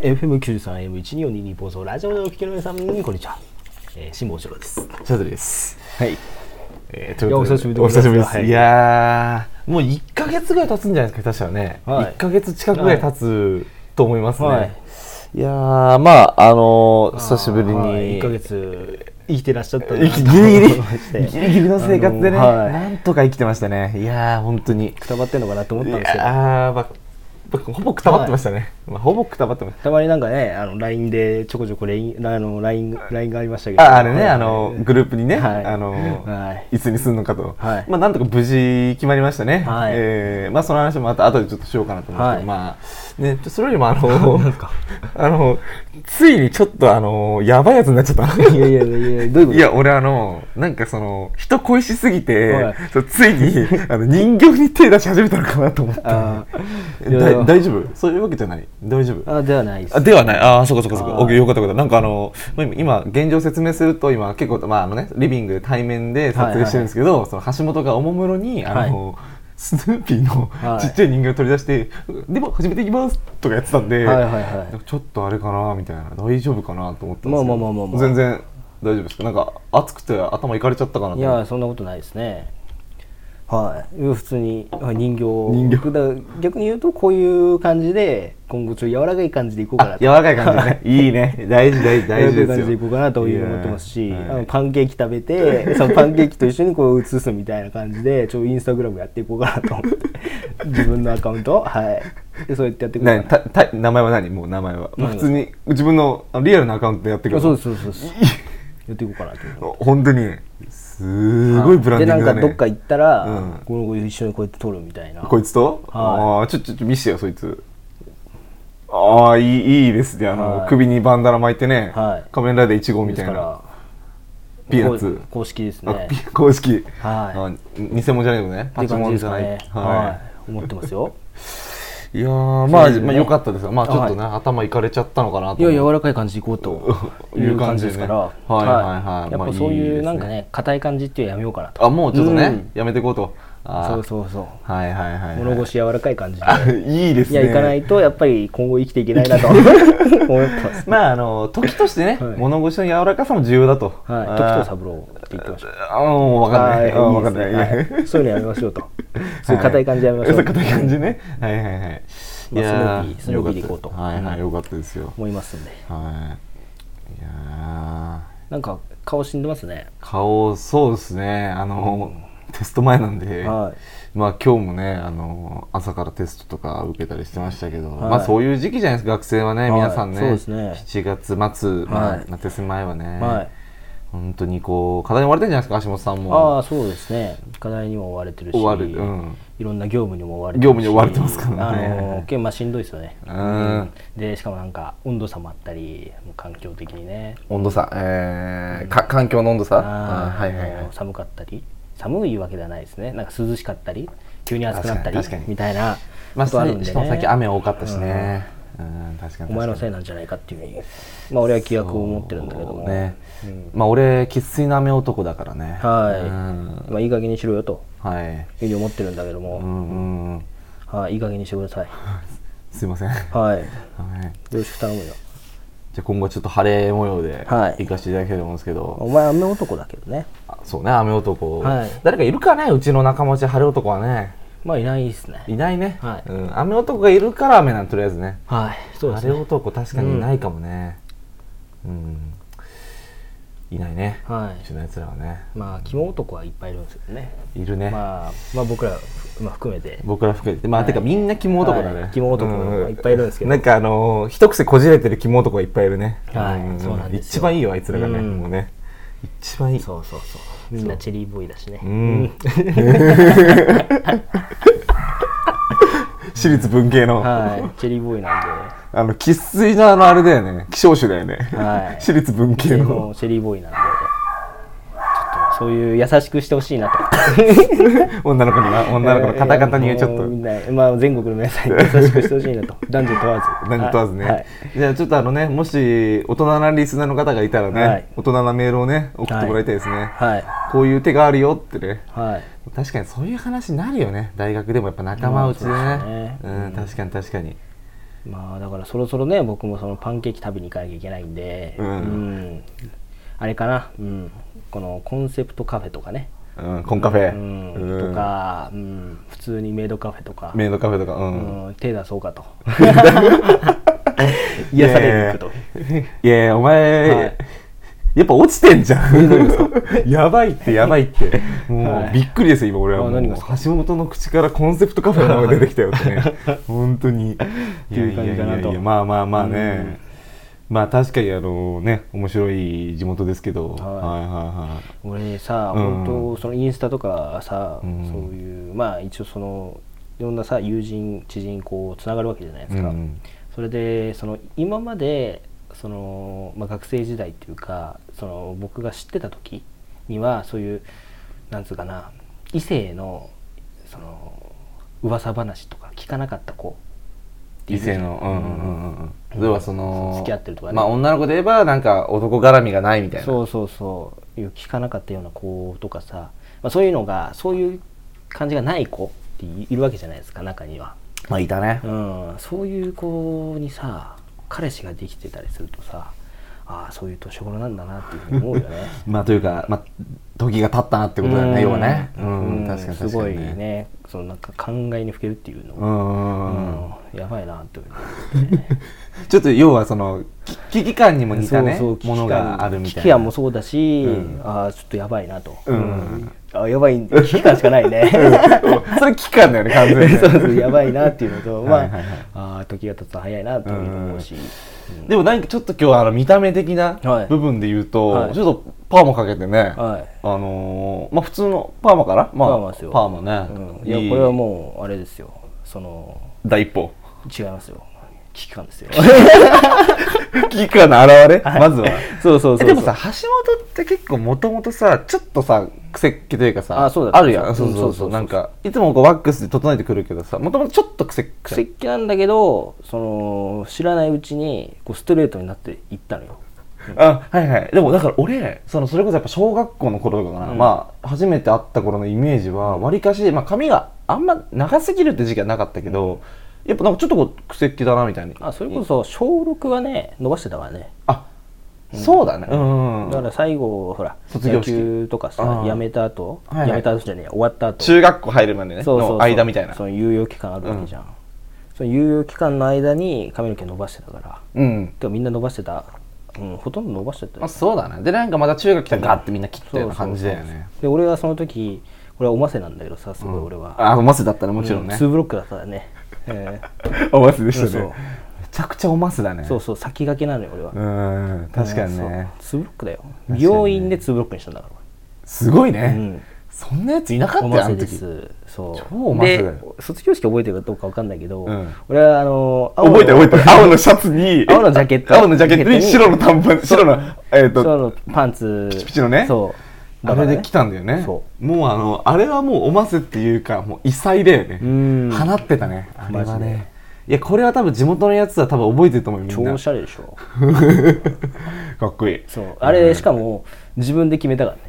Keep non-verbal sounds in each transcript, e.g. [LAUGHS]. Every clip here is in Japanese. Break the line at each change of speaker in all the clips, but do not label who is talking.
FM93、AM1242 日本放送、ラジオでお聞きの皆さん、こんにちは。えー、辛坊治郎です。
シャトルです。
はい。
えー、ということ
いやお久しぶりで
お
ございます
久しぶりです。
はい
い、やー、もう1ヶ月ぐらい経つんじゃないですか、確かね。一
はい
1ヶ月近くぐらい経つと思いますね。
はい
い、やー、まあ、あのー、久しぶりに。
1ヶ月生きてらっしゃった
[LAUGHS] ギ
ん
リ
だなと
ギリ
思いま [LAUGHS] して
ギリギリの生活でね、
あのはい
なんとか生きてましたねいやー本当に
くたばってんのかなと思
い
った
や
んですけど、
ー、まあ、ほぼくたばってましたね、まあ、ほぼくたばってました
たまになんかね、あの LINE でちょこちょこレイン [LAUGHS] あの LINE, LINE がありましたけど、
ああれね、あのグループにね、
はい
あの
はい [LAUGHS]
いつにするのかと、
はい
まあなんとか無事決まりましたね、
はい
えーまあその話もまた後でちょっとしようかなと思うんですけど、
は
まあね、それよりもあの [LAUGHS] あのついにちょっとあのやばいやつになっちゃった。
いやいやいやいや、どういうこと
いや俺あのなんかその人恋しすぎて、
はい
そうついにあの人形に手出し始めたのかなと思って
あーいや
だ大丈夫そういうわけじゃない大丈夫
あではないです。
あではない、ああ、そうかそうかそうか、
あー
OK よかったよかった、なんかあの、まあ今、今現状説明すると、今、結構、まああのね、リビングで対面で撮影してるんですけど、その橋本がおもむろに、あの、スヌーピーの
はい
ちっちゃい人形を取り出して、でも始めていきますとかやってたんで、
はいはいはい
ちょっとあれかなみたいな、大丈夫かなと思ったんですけど、
まあまあまあまあまあ
全然大丈夫ですか、なんか暑くて頭いかれちゃったかなと
い
思
や
って。
そんなことないですねはい普通にはい人形
人形
だから逆に言うとこういう感じで今後ちょっと柔らかい感じでいこうかな
あ柔らかい感じでね。いいね。大事、大事、大
[LAUGHS]
事
柔ら
で
かい
す
感じ
よ。
でいこうかなというふうに思ってますし、
いやー
あ
はい
のパンケーキ食べ
[LAUGHS]
てそのパンケーキと一緒にこう写すみたいな感じでちょっとインスタグラムやっていこうかなと思って
[LAUGHS]
自分のアカウントをはいでそうやってやっていこうか
何
な
たた名前は何もう名前は、もう普通に自分のあのリアルなアカウントでやってく
あ
る
そうですそうですそうですやっていこうかなと思って
本当にすごいブランディングだ
でな
ね
んかどっか行ったら、
うん
この子一緒にこうやって撮るみたいな
こいつと、
は
ああちょちょちょ見せてよそいつああいいいいですねあの、
はい
首にバンダナ巻いてね、
はい
仮面ライダー1号みた
で
い
すか
な
ら
ピーナッツ
公公式です
あ
ね
ピ。公式、
は
あ偽物じゃないけどね
っ
パ
て
チ
感
モ
じ
ン
で
じ
す
ゃ
か
ない、
ね。
は
はい。思ってますよ。
い、いやーまあ、
そういう
まあよかったですよまあちょっとね、頭いかれちゃったのかなと
い
思
や柔
[LAUGHS] って
らかい感じでいこうという感じですから。
いう感じでねはいはいはい
やっ
まあ
ぱそう
いい
い
で
う
すね
なんかね硬い感じっていうのやめようかなと。
あもうちょっとね、
うん
やめていこうとあー
そうそうそう。
はいはいはいはい
物腰柔らかい感じで。
あいいです
い
ね
や行かないとやっぱり今後生きていけない
[LAUGHS]
なと思ってます。
まああの時としてね、
はい
物腰の柔らかさも重要だと。
はい。
あー
時藤三郎って言ってました。
あーもう分かんない。あー
は
分かんない。
いいですねはいそういうのやめましょうと。そういう硬い感じやめましょ
そうう
と
硬い感じね。はいはいは
ま
い。
あ
や
スノーピースノーピーで行こうと
よかったはいはい
うん
よかったですよ。
思いますんで。
はい。いや
なんか顔死んでますね。
ー顔そうですね。あの、テスト前なんで。
はい。
まあ今日もねあの朝からテストとか受けたりしてましたけど、
はい
まあそういう時期じゃないですか学生はね、
はい
皆さんね
そうですね
7月末、まあ
はい
夏休み前はね、
はい
本当にこう課題に追われてるんじゃないですか橋本さん
あ
も
あそうですね課題にも追われてるし
追われうん
いろんな業務にも追われて
業務に追われてますから
あ
ね
のー、けまあしんどいですよね
うん
でしかもなんか温度差もあったりもう環境的にね
温度差、えーか環境の温度差あー
あーあのー寒かったり寒いわけではないですねなんか涼しかったり急に暑くなったり
確かに確かに
みたいな
まあ、
ことあるんで、ね
しかも最近雨多かったしね、うん確かに確かに
お前のせいなんじゃないかっていうふうにまあ俺は気役を持ってるんだけども
ね、まあ俺生粋な雨男だからね
はい、
うん
まあいい加減にしろよと
はい
いうふうに思ってるんだけども、
うんうんうん
はいいい加減にしてください
すいません、はい、
はいよろしく頼むよ
じゃあ今後ちょっと晴れ模様で
はい
行かせていただきたいと思うんですけど、
お前雨男だけどね
あそうね雨男、
はい
誰かいるかねうちの仲間内晴れ男はね
まあいないですね
いないね、
はい
うん、雨男がいるから雨なんとりあえずね
はいそうです
晴れ
ね
男確かにいないかもねうん、いないね、
は
うちのやつらはね
いまあ肝男はいっぱいいるんですけどね
いるね、
まあまあ僕ら、まあ、含めて
僕ら含めてまあ、てかみんな肝男だね、
はい肝男
うん
いっぱいいるんですけど
なんかあのー一癖こじれてる肝男がいっぱいいるね
はい
ん
そうなんですよ
一番いいよあいつらがね、
うん
もうね一番いい
そうそうそうみんなチェリーボーイだしね
うん、私立文系の、
はいチェリーボーイなんで
あの生粋のあのあれだよね希少種だよね、
はい
私立文系
で
の
もチェリーボーイなんでちょっとそういう優しくしてほしいなと
女の子のな女の子の方々にはちょっ
えーもうみ
と
んなまあ、全国の皆さんに優しくしてほしいなと男女問わず
何と問わずね、
はいはい
じゃあちょっとあのねもし大人なリスナーの方がいたらね、
はい
大人なメールをね送ってもらいたいですね、
はい、
こういう手があるよってね
はい
確かにそういう話になるよね大学でもやっぱ仲間内でね,、
まあそうですね
うん確かに確かに
まあだからそろそろね僕もそのパンケーキ食べに行かなきゃいけないんで、
うん
んあれかな、うん、このコンセプトカフェとかね、
うん、コンカフェ、
うん
うん
とか、うん、普通にメイドカフェとか、
メイドカフェとか、う、
うんん、手出そう
[LAUGHS]
かと癒されると
いやいやお前、
はい
やっぱ落ちてんじゃん [LAUGHS] やばいってやばいってもう、
はい
びっくりですよ今俺は
あ
もう
何がですか
橋本の口からコンセプトカフェの名前出てきたよって
[LAUGHS]
ね本当に
ていう感じかなと
いやいやいやいやまあまあまあねまあ確かにあのね面白い地元ですけど、はい、はいはいはい
俺さ、
うん
本当そのインスタとかさ、
うん
そういうまあ一応そのいろんなさ友人知人こうつながるわけじゃないですか、
うん
それでその今までその、まあ、学生時代っていうかその僕が知ってた時にはそういうなんつうかな異性のその噂話とか聞かなかった子
異性の、うんうんうんうんうん、例えばその
付き合ってるとかね
まあ女の子で言えばなんか男絡みがないみたいな
そうそうそういう聞かなかったような子とかさ、まあ、そういうのがそういう感じがない子っているわけじゃないですか中には、
まあいたね
うん、そういう子にさ彼氏ができてたりするとさああそういう年頃なんだなっていうふうに思うよ
[LAUGHS]
ね
まあというか、まあ、時が経ったなってことだよね、要はね。うん、
うん
確かに
す
確
ご
か
い
にね。
ねそのなんか考えにふけるっていうの
う、んうんうんうん
うんやばいなって思う
ちょっと要はそのき危機感にも似たね
そうそう
ものがあるみ
危
たい
機
な [LAUGHS]
感もそうだし、
うん
ああちょっとやばいなと、
うん
あやばいんで危機感しかないね
それ危機感だよね完全にね
[LAUGHS] そうそうやばいなっていうのと、まあ、
はいはいはい
あー時が経つと早いなというのも思うし、
でもなんかちょっと今日はあの見た目的な
はい
部分で言うと、
はい
ちょっとパーマかけてね、
はい
あのーまあ普通のパーマから、まあ、
パーマですよ
パーマね、
うんいやこれはもうあれですよその
う第一歩 [LAUGHS]
違いますよ危機感ですよ
危機感の表れ、まずは
そうそうそうそう
えでもさ橋本って結構もともとさちょっとさ癖っ気というかさ
あそうだ
るやん
そ
そうう
そう
そ
そう
う
そ
そううなんかいつもこうワックスで整えてくるけどさもともとちょっと癖っ
癖っ気なんだけどその知らないうちにこうストレートになっていったのよ
あはいはいでもだから俺そのそれこそやっぱ小学校の頃とかかな、まあ初めて会った頃のイメージはわりかし、まあ、髪があんま長すぎるって時期はなかったけど、やっぱなんかちょっとこう癖っ気だなみたいに
あそれこそ小6はね伸ばしてたからね
あそうだねうん、
だから最後ほら
卒業式
野球とかさ
あー
やめた後、
はいはい
やめた後じゃねえ終わった後
中学校入るまでね
そうそうそう
の間みたいな
その猶予期間あるわけじゃん、その猶予期間の間に髪の毛伸ばしてたから
うん
てかみんな伸ばしてたうんほとんど伸ばしてたよ
まあ、そうだねでなんかまた中学来たらガッてみんな切ったような感じだよね
で俺はその時俺はおませなんだけどさすごい俺は、
あ、おマスだったね、もちろんね。
2ブロックだったよね、
[LAUGHS]
え
おマスでした
そうそう
ね。めちゃくちゃおマスだね
ー。そうそう先駆けなのよ俺は、
うーん、確かにね。
そう2ブロックだよ
にね
病院で2ブロックにしたんだから
すごいうね
ん。
そんなやついなかった
お
よ、
ま
あ
せ
の
で
時。
すそう
超おませだよ
で卒業式覚えてるかどうかわかんないけど、
うん
俺はあの青の
覚えてる覚えてる。青のシャツに、
青のジャケット
青のジャケットに白の短パン、白の、えっ
白
と、
のパンツピ
チピチのね
そう
あれで来
た
たんだよね
そ。
もうあの、あれはもうおマスっていうか、もう異彩だよね。
うん
放ってたね。あれ
マ
は
ジで
ね。いや、これは多分地元のやつは多分覚えてると思うよ、み
超
んな
お。しゃれでしょ
かっこいい。
そうあれしかも自分で決めたからね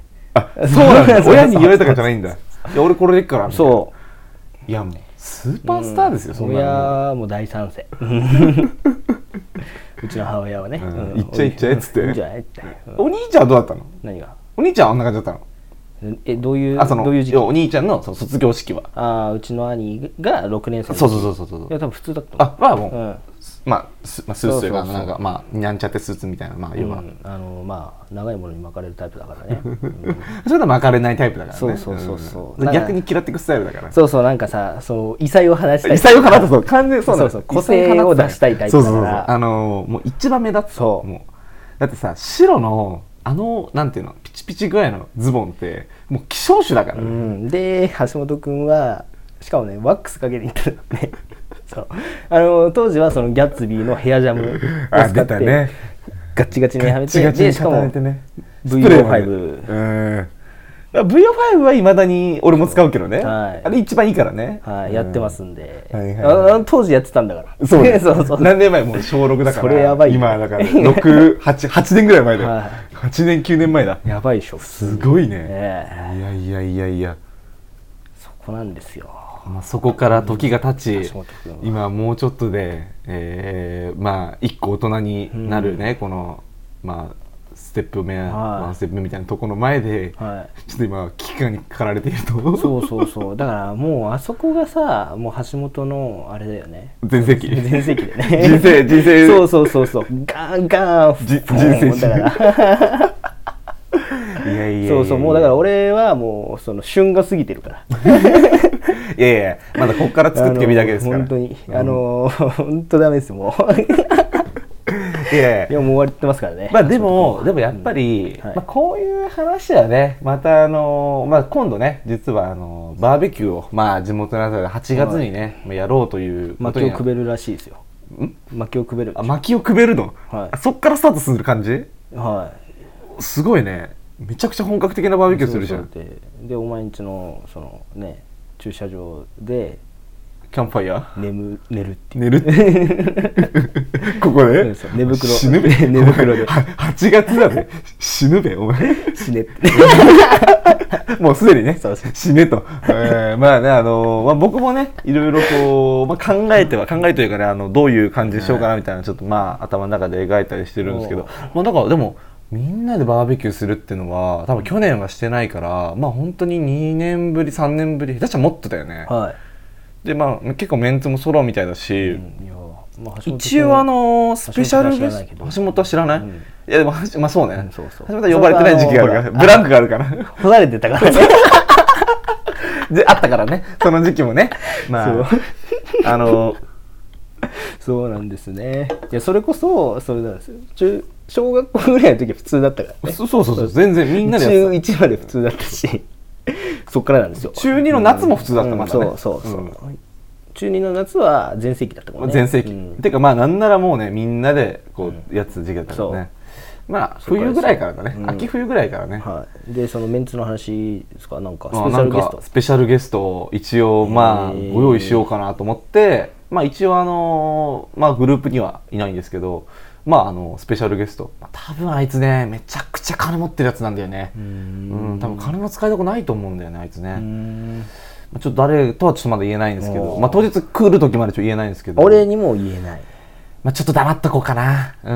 あ、そうなんだ。
[LAUGHS] そう
親に言われたからじゃないんだ。いや、俺これでいくから。みたいな
そ
いやもうスーパースターですよ、
う
そんなの、
親も大賛
[LAUGHS]
成うちの母親はね
うん
うん
行っちゃえ行っちゃえっつって
いいんじゃないってうん
お兄ちゃんはどうだったの
何が
お兄ちゃんはあんな感じだったの
えどういう
あその
どういう時期
要はお兄ちゃんのその卒業式は
ああうちの兄が6年生の時
そうそうそうそうそ
い
う
や多分普通だったと思
あまあも
う
う、
うん
まあス,、まあ、スーツというか
そうそうそう
なんかまあなんちゃってスーツみたいなまあ
う
要は、
んあのまあ長いものに巻かれるタイプだからね
[LAUGHS]
うん
それと巻かれないタイプだからね
そうそうそうそうん
逆に嫌ってくスタイルだから
そうそうなんかさそう異彩を放したい
異彩を放ったそう完全にそうなの
そうそう個性を出したいタイプだから
そうそうそうあのーもう一番目立つ
そう
もうだってさ白のあのなんていうのピチピチ具合のズボンってもう希少種だか
う
ら、ね
ん、で橋本君はしかもねワックスかけていったの
[LAUGHS]
ねそうあの当時はそのギャッツビーのヘアジャムを使
あ
って
出たね
ガッチガチにはめて
ガチガチに
でしか
固
も
めてね
VO5
うんまあ VO5 はいまだに俺も使うけどね、
はい
あれ一番いいからね、
はい、やってますんで、
はいはいはい
あの当時やってたんだから
そうで
[LAUGHS]
す
そうそう
何年前もう小6だから
それやばいよ
今だから688年ぐらい前だよ、
はい
8年9年前だ
やばいでしょ普通
すごいね
ええ
いやいやいやいや
そこなんですよ
まあ、そこから時が経ち
足元くんは
今もうちょっとで、えーまあ一個大人になるね、このまあステップ目、
はい
ワンステップ目みたいなところの前で、
はい
ちょっと今危機感に駆られていると
そうそうそうだからもうあそこがさもう橋本のあれだよね
全盛期
全盛期でね
人生人生
そうそうそうそうガンガン
じ
フォーン
人生
だから
いやいやいやいや
そうそうもうだから俺はもうその旬が過ぎてるから
いやいやまだここから [LAUGHS] 作ってみるだけですか
あの
ら
本当にあの本当ダメですも
[LAUGHS] いやいや
ういやもう終わってますからね
まあでも、でもやっぱり、
はい
まあ、こういう話はね、またあの、まあ、今度ね、実はあのバーベキューを、まあ、地元のやつで8月にね、まあやろうというこ
薪
とに
を
な
くべるらしいですよ
ん
薪をくべる
あ薪をくべるの、
はい
あそっからスタートする感じ
はい
すごいね。めちゃくちゃ本格的なバーベキューするじゃん。
そうそうででお前んちのそのね駐車場で
キャンプファイヤ
眠寝るって
ー。
いう
寝る [LAUGHS] ここで、
そうそう寝袋
死ぬべ
[LAUGHS] 寝袋で
[LAUGHS] お前は8月だぜ死ぬべお
[LAUGHS]
前
[LAUGHS] 死
[LAUGHS]
ねって
もうすでにね
そうそう、
死ねと。えーまあね、あのまあ、僕もね、いろいろこう、まあ、考えては、考えというかね、あの、どういう感じにしようかなみたいな、ちょっとまあ、頭の中で描いたりしてるんですけ
お
ど、まあ、だから、でも、みんなでバーベキューするっていうのは、多分去年はしてないから、まあ、本当に2年ぶり、3年ぶり、下手したらもっとだよね。
は
で、まあ、結構メンツも揃うみたいだ
い、
し、
うんいやまあ橋本君
一応あのスペシャルゲス
橋
ト橋
本
本は知らない、
うん
いやでも橋まあそうね、
うんそうそう
橋本は呼ばれてない時期があ
そう
るから
そう
ブランクがあるから
干されてたからね
であったからねその時期もねまあ
そう
[LAUGHS] あの
そうなんですねいやそれこそそれなんですよ中小学校ぐらいの時は普通だったからね
そそうそうそう全然みんなでや
中
って
1まで普通だったしそっからなんですよ
た中2の夏も普通だったまだね、
うんうんそうそうそう、中2の夏は全盛期だったもんね
全盛期、
うん
てかまあなんならもうねみんなでこうやってた時期だったからね、まあ
そう
冬ぐらいからだね、
うん
秋冬ぐらいからね、
はい、でそのメンツの話ですかなんかス
まあ
ペシ
な
ャ
ん
ルゲス
か
ト
スペシャルゲストを一応まあ
へー
ご用意しようかなと思って、まあ、一応あのまあグループにはいないんですけどまああのスペシャルゲスト、まあ、多分あいつねめちゃくちゃ金持ってるやつなんだよね
うー
うん
ん
多分金の使いどこないと思うんだよねあいつね、
うーん
まあちょっと誰とはちょっとまだ言えないんですけど
おー
まあ当日来る時までちょっと言えないんですけど
俺にも言えない
まあ、ちょっと黙っとこうかな。うー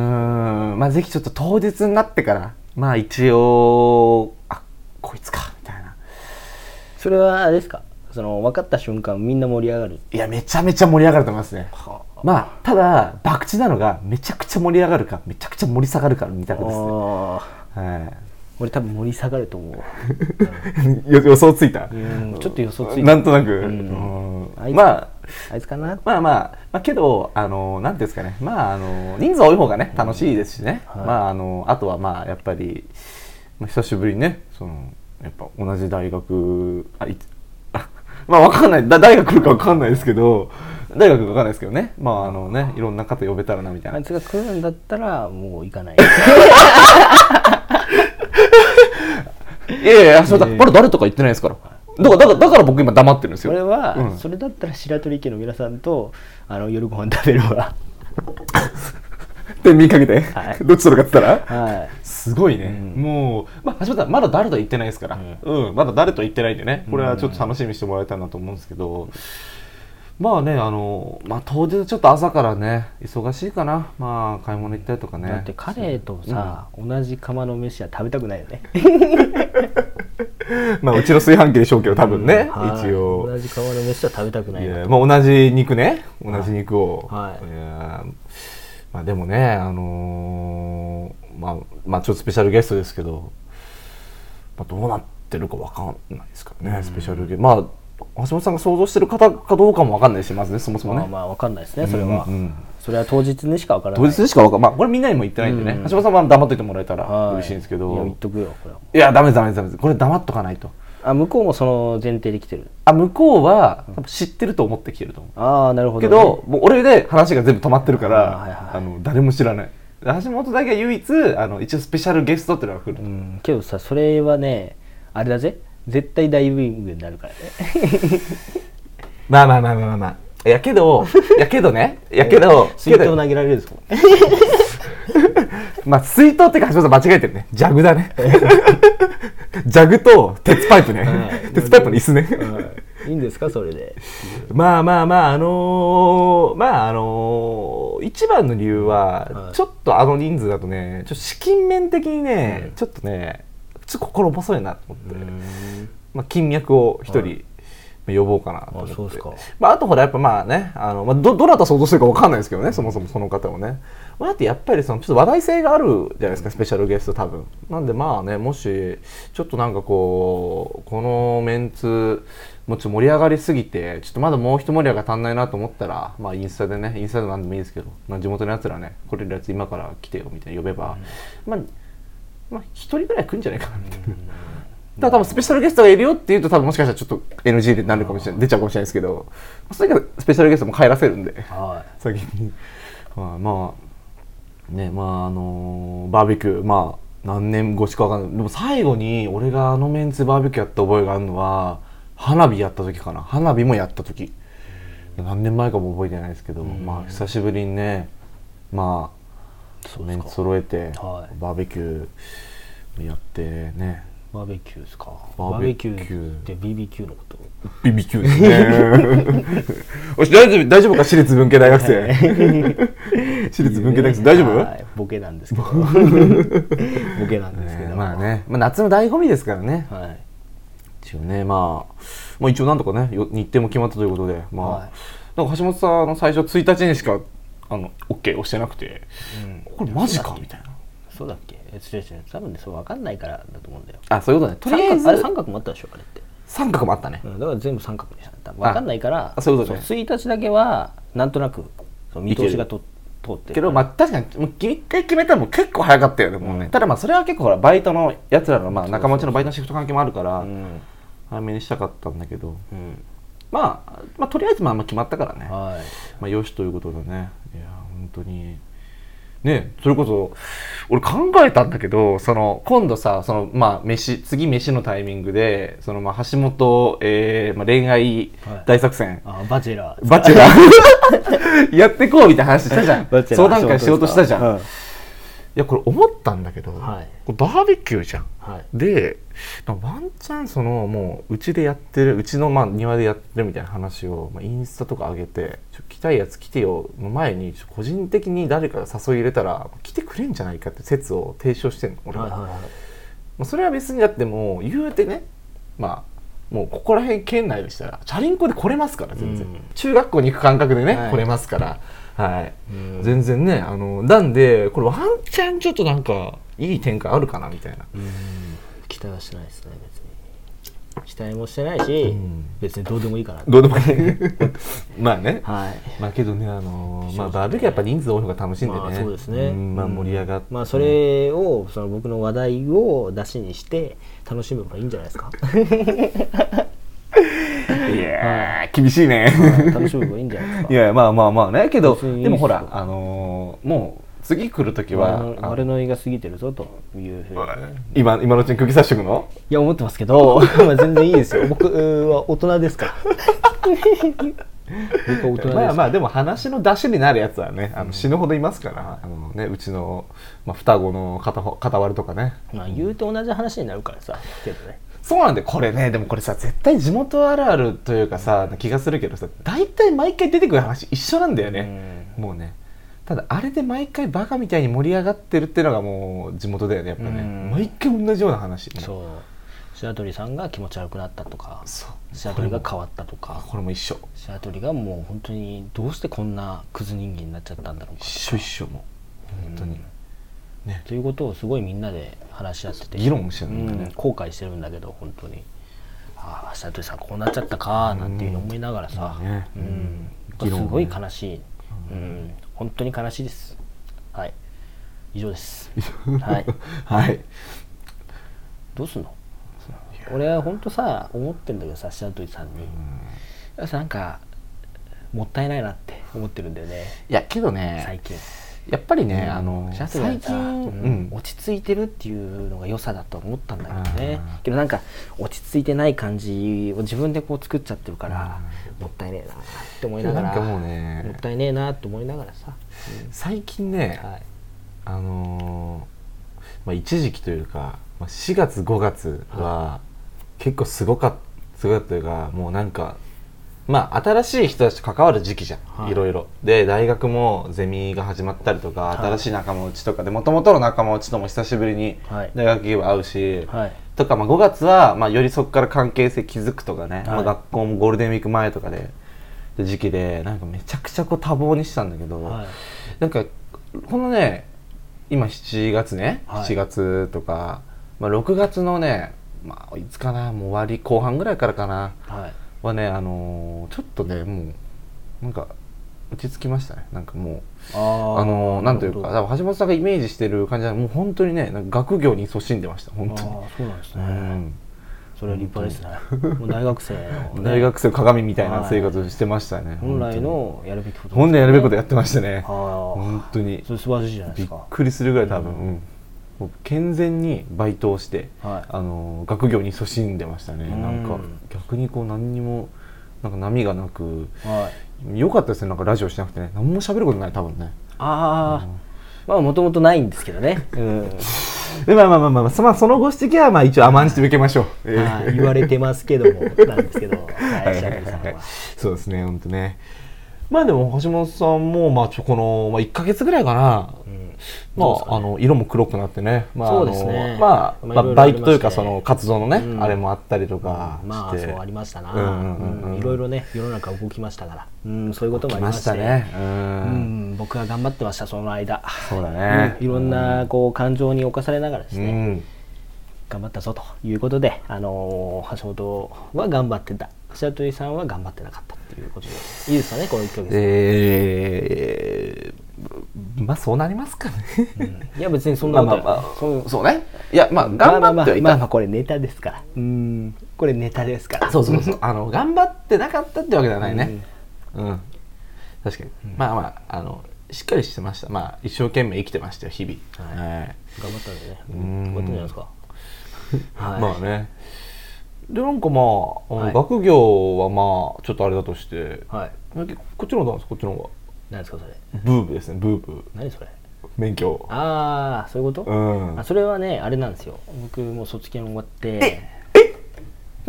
ん。まあ、ぜひちょっと当日になってから、まあ一応、あ、こいつか、みたいな。
それはあれですかその分かった瞬間みんな盛り上がる
いや、めちゃめちゃ盛り上がると思いますね。
は
まあ、ただ、博打なのが、めちゃくちゃ盛り上がるか、めちゃくちゃ盛り下がるかの二
あ
択ですね。
ー
は
俺多分盛り下がると思う
い、予想ついた
うんちょっと予想ついた
なんとなく、
ん
うん
あいつ
まあ、
あいつかな
まあまあ、まあ、けど、あの、なんていうんですかね、まあ、あの、人数多い方がね、楽しいですしね、
はい
まあ、あの、あとはまあ、やっぱり、まあ、久しぶりにね、その、やっぱ同じ大学、あ、い [LAUGHS] あまあ、わかんない、だ大学来るかわかんないですけど、大学かわかんないですけどね、まあ、あのね、いろんな方呼べたらな、みたい
あ。
ない
つが来るんだったらもう行か
[LAUGHS]
ない
いやいや、橋本さん、まだ誰とか言ってないですから。だから、だからだから僕今黙ってるんですよ。
俺は、
うん
それだったら白鳥家の皆さんとあの夜ご飯食べるわ
天秤かけて、
はい
どっち取るかって言ったら、
はい
すごいね、もう、まあ、橋本さんまだ誰とは言ってないですから、うんまだ誰とは言ってないんでねこれはちょっと楽しみにしてもらえたらなと思うんですけど、まあねあの、まあ、当日ちょっと朝からね忙しいかな、まあ、買い物行ったりとか
[LAUGHS]
ね
だって彼とさ、同じ釜の飯は食べたくないよね
[LAUGHS] まあ、うちの炊飯器でしょうけど多分ね、
[LAUGHS] はい
一応。
同じ釜の飯は食べたくない
い
な
やまあ、同じ肉ね同じ肉を、
はい
やまあ、でもね、あのーまあ、まあちょっとスペシャルゲストですけど、まあ、どうなってるかわかんないですからね、スペシャルゲストまあ橋本さんが想像してる方かどうかもわかんないしまずねそもそもね、
まあまあわかんないですねそれは、
うんうんうん
それは当日にしかわからない
当日にしかわかんまあこれみんなにも言ってないんでね、
うん
橋本さんは黙っといてもらえたら
は
嬉しいんですけ
いや
ど
言っとくよこれはい
やダメですダメですダメですこれ黙っとかないと
あ向こうもその前提で来てる
あ向こうは多分知ってると思ってきてると思う
ああなるほど、
け
ね、
ど、もう俺で話が全部止まってるから、
あー
あ,、
はいはい
の誰も知らない。橋本だけは唯一あの一応スペシャルゲストっていうのが来る、
うんけどさそれはねあれだぜ絶対大ブーイングになるからね
まあまあまあまあまあまあやけどやけど [LAUGHS] ねやけど
水筒
けど
投げられるですもん
まあ水筒ってか橋本さん間違えてるねジャグだ [LAUGHS] ねジャグと鉄パイプね、
はい
鉄パイプの椅子ね、
うんいいんですかそれで
まあまあまああのーまああのー一番の理由
は
はいちょっとあの人数だとねちょっと資金面的にね、
うん
ちょっとねちょっと心細いなと思って、まあ、金脈を一人、
はい
まあ呼ぼうかなと思って
あそうですか
まあ、あとほらやっぱまあねあの、まあ、どどなた想像してるかわかんないですけどねそもそもその方もね、まあ、だってやっぱりそのちょっと話題性があるじゃないですか、スペシャルゲスト多分なんでまあねもしちょっとなんかこうこのメンツもうちょっと盛り上がりすぎてちょっとまだもう一盛り上がり足んないなと思ったらまあインスタでねインスタで何でもいいですけど、まあ、地元のやつらねこれるやつ今から来てよみたいな呼べば、まあまあ一人ぐらい来るんじゃないかなみたいな。ただ多分スペシャルゲストがいるよっていうと多分もしかしたらちょっと NG でなるかもしれない出ちゃうかもしれないですけどそれがスペシャルゲストも帰らせるんで
は
先に、はいまあねまああのーバーベキューまあ何年越しかわかんないでも最後に俺があのメンツでバーベキューやった覚えがあるのは花火やった時かな花火もやった時何年前かも覚えてないですけど、
ん
まあ久しぶりにねま
い
あ
そうで
メ
す
ン
か
ツ揃えて
はい
バーベキューやってね
バーベキューですか
バ
バ
ー
ー
ベ
ベ
キ
キ
ュー
ューって BBQ のこと
ビビキューですね。 [LAUGHS] おし大丈夫大丈夫か私立文系大学生。私立文系大学生大丈夫？
はいボケなん
[LAUGHS]
ですけどボケなんですけ
ね
ど
まあね、まあ夏の醍醐味ですからね。
はい
一応ね、まあ、まあ一応なんとかね、よ日程も決まったということで、まあ、
はい
なんか橋本さんあの最初1日にしかあの OK をしてなくて、
うん
これマジかみたいな。
そうだっけえ違う違う多分ねそう分かんないからだと思うんだよ
あ、そういうことね。とりあえ
三角あれ
ず
三角もあったでしょあれって
三角もあったね
う。んだから全部三角にしたんだ分かんないから
あそういうことね
そ1日だけはなんとなくその見通しがと通ってる
けど、まあ、確かにもう一回決めたらもう結構早かったよね、もうねただまあそれは結構ほらバイトのやつらの、まあ、仲間内のバイトのシフト関係もあるから、
うん、
早めにしたかったんだけど、
うん、
まあ、まあとりあえずまあまあ決まったからね、
はい
まあよしということでねいや本当にねそれこそ俺考えたんだけどその今度さそのまあ飯次飯のタイミングでそのまあ橋本、えーまあ、恋愛大作戦、
あバチェラー
バチェラ
[LAUGHS]
ーやってこうみたいな話したじゃん
バチェラ
相
ー
談会しようとしたじゃん、
う
いやこれ思ったんだけど、
はい
これバーベキューじゃん
はい
でワンチャンそのもううちでやってるうちのまあ庭でやってるみたいな話を、まあ、インスタとか上げて「ちょ来たいやつ来てよ」の前にちょ個人的に誰かが誘い入れたら来てくれんじゃないかって説を提唱してんの俺は、
はいはいはい
まあ、それは別にだってもう言うてねまあもうここら辺県内でしたらチャリンコで来れますから全然、
うん
中学校に行く感覚でね、
はい
来れますからはい、
うん
全然ねあのなんでこれワンチャンちょっとなんかいい展開あるかなみたいな
うん期待はしてないですね別に期待もしてないし、
ん
別にどうでもいいかなって
どうでもいいまあね
はい
まあけどねあのーまあバーベキューやっぱ人数多い方が楽しいんでね、
まあそうですね、
うんまあ盛り上がって、
まあそれをその僕の話題を出しにして楽しむのがいいんじゃないですか
いやー厳し
[LAUGHS]
いね
[LAUGHS] 楽しむのがいいんじゃないですか
いやまあまあまあねけど
別にいいっすよ
でもほらあのーもう次来る
[LAUGHS]
時は
俺の俺の映画過ぎてるぞというふうに
あ
ね、
の今今のうちに釘刺しとくの
いや思ってますけど [LAUGHS] まあ全然いいですよ僕は大人ですから [LAUGHS] 僕は大人ですから、
まあまあでも話の出しになるやつはねあの死ぬほどいますから、あのね、うちの、まあ、双子の片方片割れとかね
まあ言うと同じ話になるからさけどね
そうなんでこれねでもこれさ絶対地元あるあるというかさ気がするけどさ大体毎回出てくる話一緒なんだよね、もうねただあれで毎回バカみたいに盛り上がってるっていうのがもう地元だよねやっぱね、
うん
毎回同じような話
そう白鳥さんが気持ち悪くなったとか
そう
白鳥が変わったとか
これも一緒
白鳥がもう本当にどうしてこんなクズ人間になっちゃったんだろうか
一緒一緒もう本当に、ね
ということをすごいみんなで話し合ってて
議論もしてるんだよね
う後悔してるんだけど本当にああ白鳥さんこうなっちゃったかなんていうの思いながらさ、
うんね
うん
議
す
論
ごい悲しい、うん、本当に悲しいですはい以上ですはい
はい
どうすんの俺は本当さ思ってんだけどさ白鳥さんに、なんかもったいないなって思ってるんだよね
いやけどね
最近
やっぱりね、あの
シャツが
最
さ
近、
うん落ち着いてるっていうのが良さだと思ったんだけどね
あー
けどなんか落ち着いてない感じを自分でこう作っちゃってるからもったいねえなって思いなが
なん
ら
かもう
もっ
ね
たいねえなって思いながらさ、
最近ね、
はい、
あのーまあ、一時期というか、まあ、4月5月は結構すごかったすごいというかもうなんかまあ新しい人たちと関わる時期じゃん、
はい
い、ろいろで大学もゼミが始まったりとか、
い
新しい仲間内とかでもともとの仲間内とも久しぶりに
はい
大学部会うし、
はい
とか、まあ、5月は、まあ、よりそこから関係性築くとかね、ま
は
あ、
い
学校もゴールデンウィーク前とかでで時期でなんかめちゃくちゃこう多忙にしてたんだけど、
はい
なんかこのね今7月ね、
はい
7月とか、まあ、6月のね、まあ、いつかなもう終わり後半ぐらいからかな
はい
はね、あのーちょっとねもうなんか落ち着きましたねなんかも
あ
う
ー
あのーなんというか
なる
多分橋本さんがイメージしてる感じはもう本当にねなんか学業に勤しんでました本
ほ
当
ど
に
あーそうなんです
う
ね、
ん
それは立派 [LAUGHS] ですねもう大学生の、ね、
大学生鏡みたいな生活をしてましたね、
本来のやるべきこと
本来やるべきこと
や
やってましたね
は
本当に
いそれ素晴らしいじゃないで
びっ
すか
くりするぐらい多分、うん僕健全にバイトをして、
はい
あの学業に勤しんでましたね、
うん
なんか逆にこう何にもなんか波がなく
はい
良かったですねなんかラジオしなくてね何も喋ることない多分ね
ああ、まあもともとないんですけどね、うん
でまあまあまあまあ、そまあ、そのご指摘はまあ一応甘んじて受けましょう、えー
[LAUGHS] はい言われてますけどもなんですけど、は、
はいい
シ
は
ャ
いはい
ークさん
はい
は。
そうですね、本当ね。まあでも橋本さんもまあちょこのまあ一ヶ月ぐらいかな。
うん
ま
どうですか
あ、あの色も黒くなってね、まああの
そうですね
まあ、
まあいろい
まあ
ろ
バイトというか
ありました
そ
ね
の活動のね、
うん
あれもあったりとかして、
まあそうありましたな、
うんうんうん
うんいろいろね世の中動きましたから、うん、そういうこともあ
来
りま
ま
し
してたね。う、
うんん、僕は頑張ってましたその間
そうだね。
うんいろんなこう感情に侵されながらです
う
ね、
ん、
頑張ったぞということで、あのー橋本は頑張ってた白鳥さんは頑張ってなかったっていうことでいいですかねこの1ヶ月、
えー、まあそうなりますかね。
いや別にそん
ま
な
あ
こと
ま
は
あ
ない、
まあ、
そん
そうね。いやまあ頑張ってはい
まあまあまあまあ
た
まあこれネタですからうんこれネタですから
そうそうそうあの頑張ってなかったってわけではないねうん、確かに、まあまああのしっかりしてましたまあ一生懸命生きてましたよ日々
は
はい、
頑張ったんでね
うん
頑張ったんじゃないですかはい
まあねでなんかまあ、
はい
学業はまあちょっとあれだとして、
はい
こっちの方がこっちの方
何ですかそれ
がブーブーですねブーブー
何それ
免許
ああそういうこと、
うん
あそれはねあれなんですよ僕もう卒検終わって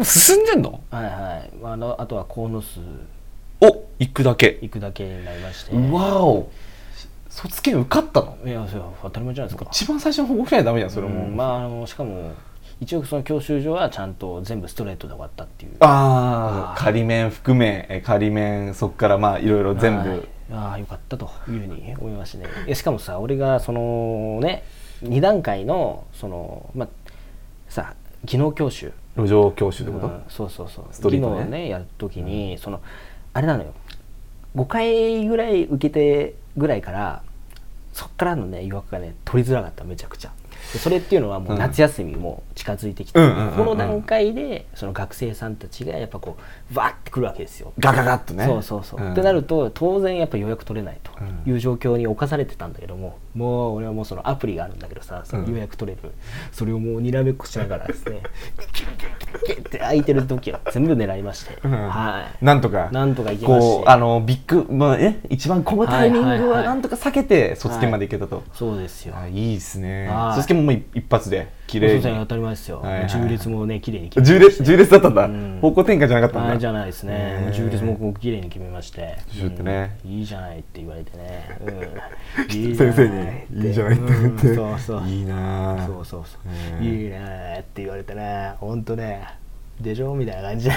進んでんの
はいはい、まああの、あとは鴻巣
お行くだけ
行くだけになりまして
うわお卒検受かったの
いやそう当たり前じゃないですか
一番最初の報告しないとダメじゃんそれも、
うんまああのしかも一応その教習所はちゃんと全部ストレートで終わったっていう
あ
あ
あ
ー
仮面含めえ仮面そこからまあいろいろ全
はい
部
ああよかったというふうに思いましたねいやしかもさ俺がそのね2段階のそのまあさ技能教習
路上教習ってこと、
うんそうそうそう
ストリートね
技能をねやるときに、そのあれなのよ5回ぐらい受けてぐらいからそっからのね誘惑がね取りづらかっためちゃくちゃでそれっていうのはもう夏休みも近づいてきて、
うんうんうんうん
この段階でその学生さんたちがやっぱこうバーってくるわけですよ
ガガガッとね
そうそうそう、
ん
ってなると当然やっぱ予約取れないと
う
いう状況に侵されてたんだけども、もう俺はもうそのアプリがあるんだけどさその
うん
予約取れる、それをもうにらめっこしながらですねキュッキュッキュッキュッって空いてる時は全部狙いまして、
うん
はい
なんとか
なんとか行けまして
こうあのビッグまあえ一番混むタイミン
はい
グ
はいは
はいなんとか避けて卒検まで行けたと、
そうですよ
あいいですね
はい
卒検ももう一発で綺麗
当然当
に
たり前ですよ、
はいはい
重列もね綺麗に決
[LAUGHS] 重
めまし
列
て
重列だったんだ、
うん
方向転換じゃなかったん
は
だ
いじゃないですね
へー
重列もこう綺麗に決めまして
ちょっとね
うんいいじゃないって言われてね、うん、いいじゃな
[LAUGHS] 先
い
生にいいじゃないって言って、
うんそうそう
いいなあ
そうそうそう、
うん
いいねーって言われてねほんとねでしょみたいな感
[LAUGHS]
じ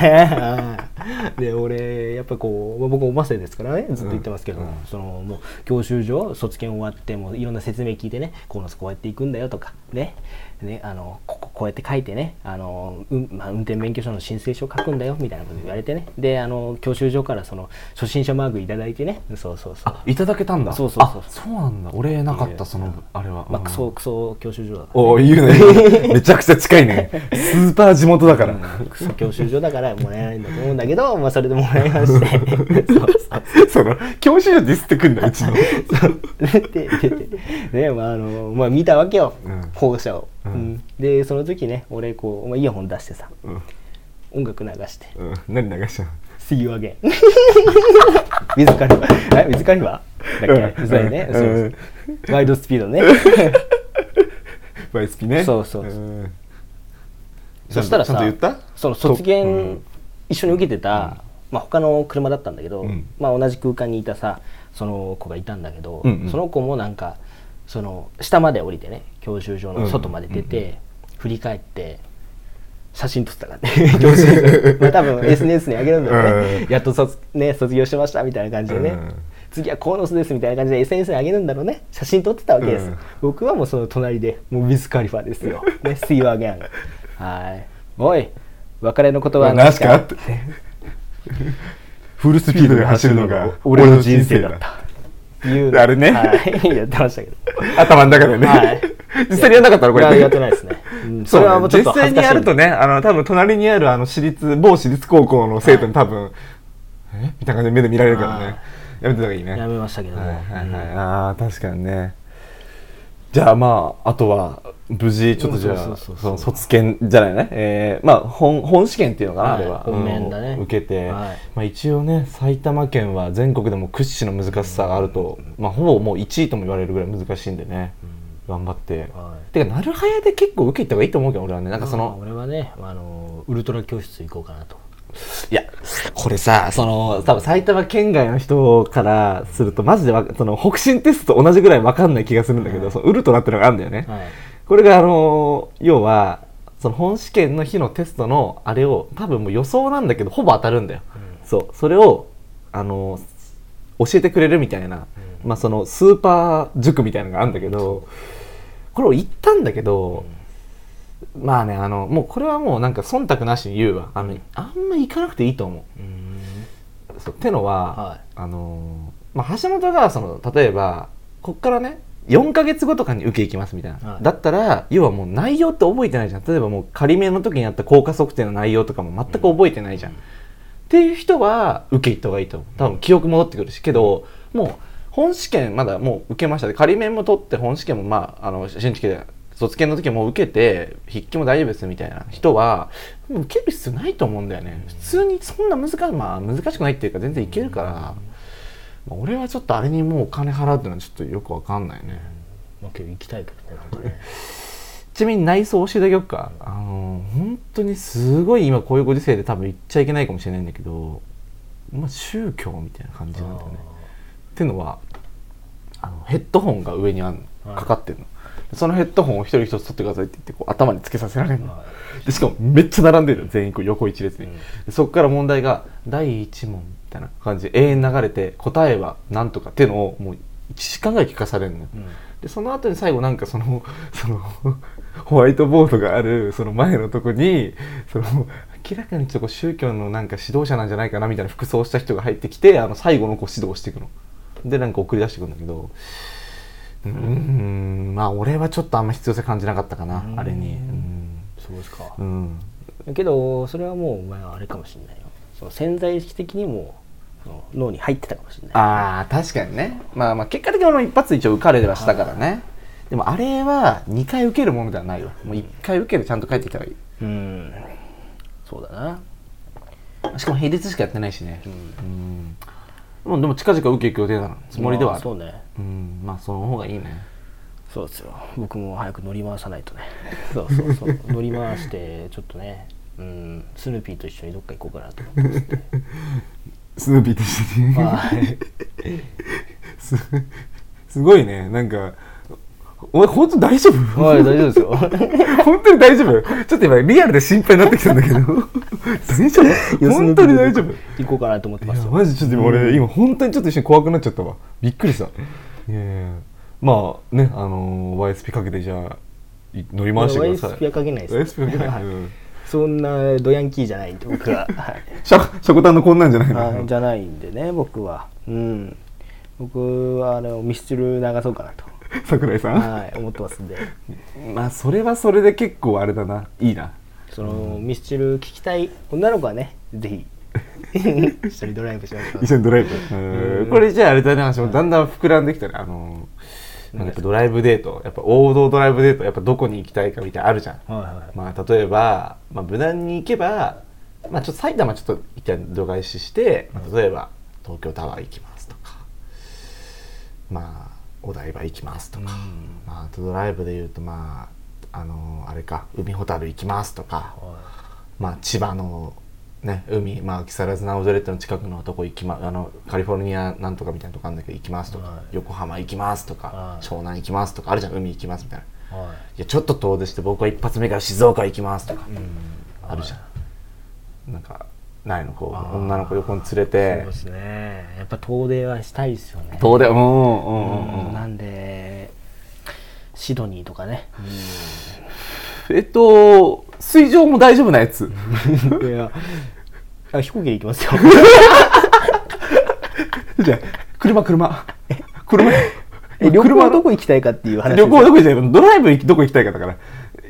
でで俺やっぱこう、まあ、僕おませですからねずっと言ってますけど、
うんうん
そのもう教習所卒検終わってもういろんな説明聞いてねこのこうやって行くんだよとかねねあのこここうやって書いてねあの、うんまあ、運転免許証の申請書書くんだよみたいなこと言われてねであの教習所からその初心者マークいただいてねそうそうそう
あいただけたんだ
そうそうそう
あそうなんだ俺なかっ
いや
たそのあれは、
まあ、
うん
クソクソ教習所だから
おお言
[LAUGHS]
うねめちゃくちゃ近いねスーパー地元だから、
クソ教習所だからもらえないんだと思うんだけ
[LAUGHS]
ど、まあ、それでもらいましてそうそう
その教師所ディスってくんだうちの
でで [LAUGHS] ででまああのまあ、見たわけよ、
うん
保護者を、
うん
うんでその時ね俺こう、まあ、イヤホン出してさ
うん、
音楽流して
うん、何流したの
「See you
[LAUGHS]
again」水カリバえ水カリバだっけ、
うん
そうだよね、
うん
そうそうワイドスピードね
バイスピね
そうそう
うん
そしたらさ
ちゃんと言った
その卒
う
検
ん
一緒に受けてた、まあ、他の車だったんだけど、
うん
まあ、同じ空間にいたさその子がいたんだけど、
うんうん
その子もなんかその下まで降りてね教習所の外まで出て、振り返って写真撮ってたから
[LAUGHS]
ね教習所まあ多分 SNS に上げるんだろうね、
う
やっと卒,、ね、卒業しましたみたいな感じでね、
うん
次はコーノスですみたいな感じで SNS に上げるんだろうね写真撮ってたわけです、
うん
僕はもうその隣でもうウィズ・カリファですよ、ね、See you again はいおい別れのことは
なしかって。フルスピードで走る
[LAUGHS]
のが俺の人生だった。
たいう
あれね
はい、やってましたけど
頭の中でね。
はい
実際にやんなかったのこれ
いややってない
[LAUGHS]
ですねうん
そ
それは
う
も
ね
うちょっと恥
実際
ず
に
かしい
やるとね、あの、多分隣にあるあの、私立、某私立高校の生徒に多分、えみたいな感じで目で見られるからね。やめてた方がいいね。
やめましたけども、
はいはいはい、ああ確かにねじゃあまああとは無事ちょっとじゃ
そう
あ
そ
そ
そ
う
うそう
の卒検じゃないね、えーまあ本本試験っていうのかな、
はい
あれは
本面だね
うん受け
はい
て、まあ、一応ね埼玉県は全国でも屈指の難しさがあると、まあ、ほぼもう1位とも言われるぐらい難しいんでね、頑張って、
はい
てかなるはやで結構受けた方がいいと思うけど俺はねなんかそ
まあ
の
俺はねあのウルトラ教室行こうかなと
いやこれさその多分埼玉県外の人からするとマジでわその北進テストと同じぐらい分かんない気がするんだけど、そのウルトラってのがあるんだよね、
はい
これがあのー要はその本試験の日のテストのあれを多分もう予想なんだけどほぼ当たるんだよ、そうそれをあのー教えてくれるみたいな、まあそのスーパー塾みたいなのがあるんだけどこれを行ったんだけど、まあねあのもうこれはもうなんか忖度なしに言うわあのあんま行かなくていいと思う
うん
そうってのは、
はい
あのーまあ、橋本がその例えばこっからね4ヶ月後とかに受け行きますみたいな、
はい
だったら要はもう内容って覚えてないじゃん例えばもう仮面の時にやった効果測定の内容とかも全く覚えてないじゃん、っていう人は受け行った方がいいと思う多分記憶戻ってくるしけどもう本試験まだもう受けましたで仮面も取って本試験もまああの新規で卒検の時もう受けて筆記も大丈夫ですみたいな人はもう受ける必要ないと思うんだよね普通にそんな難し,、まあ、難しくないっていうか全然いけるから、まあ俺はちょっとあれにもうお金払うっていうのはちょっとよくわかんないね
まあ、今日行きたいけどねなんか [LAUGHS] ね
ちなみに内装教えてあげようかあの本当にすごい今こういうご時世で多分言っちゃいけないかもしれないんだけどまあ宗教みたいな感じなんだよねっていうのはあのヘッドホンが上にあんの
はい
かかってるの、そのヘッドホンを一人一つ取ってくださいって言ってこう頭につけさせられるの
は
でしかもめっちゃ並んでるの全員こう横一列に、
うん
でそこから問題が第1問みたいな感じで永遠流れて答えは何とかっていうのをもう1時間ぐらい聞かされるのよ、
うん
でその後に最後なんかそのそのホワイトボードがあるその前のとこにその明らかにちょっとこう宗教のなんか指導者なんじゃないかなみたいな服装をした人が入ってきてあの最後のこう指導をしていくのでなんか送り出していくんだけどうーんまあ俺はちょっとあんま必要性感じなかったかな
うん
あれに
そうですか
うん、うん
けどそれはもうお前はあれかもしれないよその潜在意識的にもその脳に入ってたかもしれない
ああ確かにねまあまあ結果的に俺も一発一応受かれではしたからねでもあれは2回受けるものではないわもう1回受けてちゃんと帰ってきた方がいい
うんそうだな
しかも並列しかやってないしね、うんもうでも近々受け行く予定なのつもりでは
ま
あ
あ
る
そうね
うんまあその方がいいね
そうですよ僕も早く乗り回さないとね [LAUGHS] そうそうそう乗り回してちょっとねうんスヌーピーと一緒にどっか行こうかな [LAUGHS] と思ってて
スヌーピーとしてね
はい
す [LAUGHS] すごいねなんかお前本当に大丈夫
おい大丈夫です [LAUGHS] よ
[LAUGHS] 本当に大丈夫ちょっと今リアルで心配になってきたんだ [LAUGHS] けど大丈夫本当に大丈夫
行こうかなと思ってま
い
す
や
よ
マジちょっと今俺、今本当にちょっと一瞬怖くなっちゃったわびっくりしたいやいやいやまあねあのー、YSP かけてじゃあい乗り回してください
いや YSP はかけないです
YSP かけな、
はいい
うん、
そんなドヤンキーじゃないんで僕は、はい
シャシャコタンのこんなんじゃない
あ
の
じゃないんでね僕はうん僕はあのミスチル流そうかなと
桜井さん
はい思ってますんで
まあそれはそれで結構あれだないいな
そのミスチル聞きたい女の子はねぜ
[LAUGHS]
ひ一緒にドライブしましょう
一緒にドライブうんこれじゃああれだね私もだんだん膨らんできたねあのーなんかやっぱドライブデートやっぱ王道ドライブデートやっぱどこに行きたいかみたいなのあるじゃん
はいはい
まあ、例えば、まあ、無難に行けば、まあ、ちょっと埼玉ちょっと一旦度外視して、まあ、例えば東京タワー行きますとか、まあ、お台場行きますとか、まあ、あとドライブで言うと、まあ、あのあれか海ほたる行きますとか、まあ、千葉のね、海、まあ、木更津ナウドレッドの近くのとこ行きま、あの、カリフォルニアなんとかみたいなとこあるんだけど、行きますとか、
はい
横浜行きますとか、
はい
湘南行きますとか、あるじゃん、海行きますみたいな。
はい
や、ちょっと遠出して、僕は一発目から静岡行きますとか、
い、うん、
あるじゃん。
はい
なんか、ないの、こ
あー
う、女の子横に連れ
そう
て
で、すねやっぱ遠出はしたいですよね
遠出、うん、うん、うん、う
うん
ん。
なんでシドニーとかね、
えっと、水上も大丈夫な
[LAUGHS]
やつ。
いやあ飛行機で行きますよ
じゃあ車、車。車。
え旅行
車
どこ行きたいかっていう話
旅行どこ行きたいかドライブ行きどこ行きたいかだから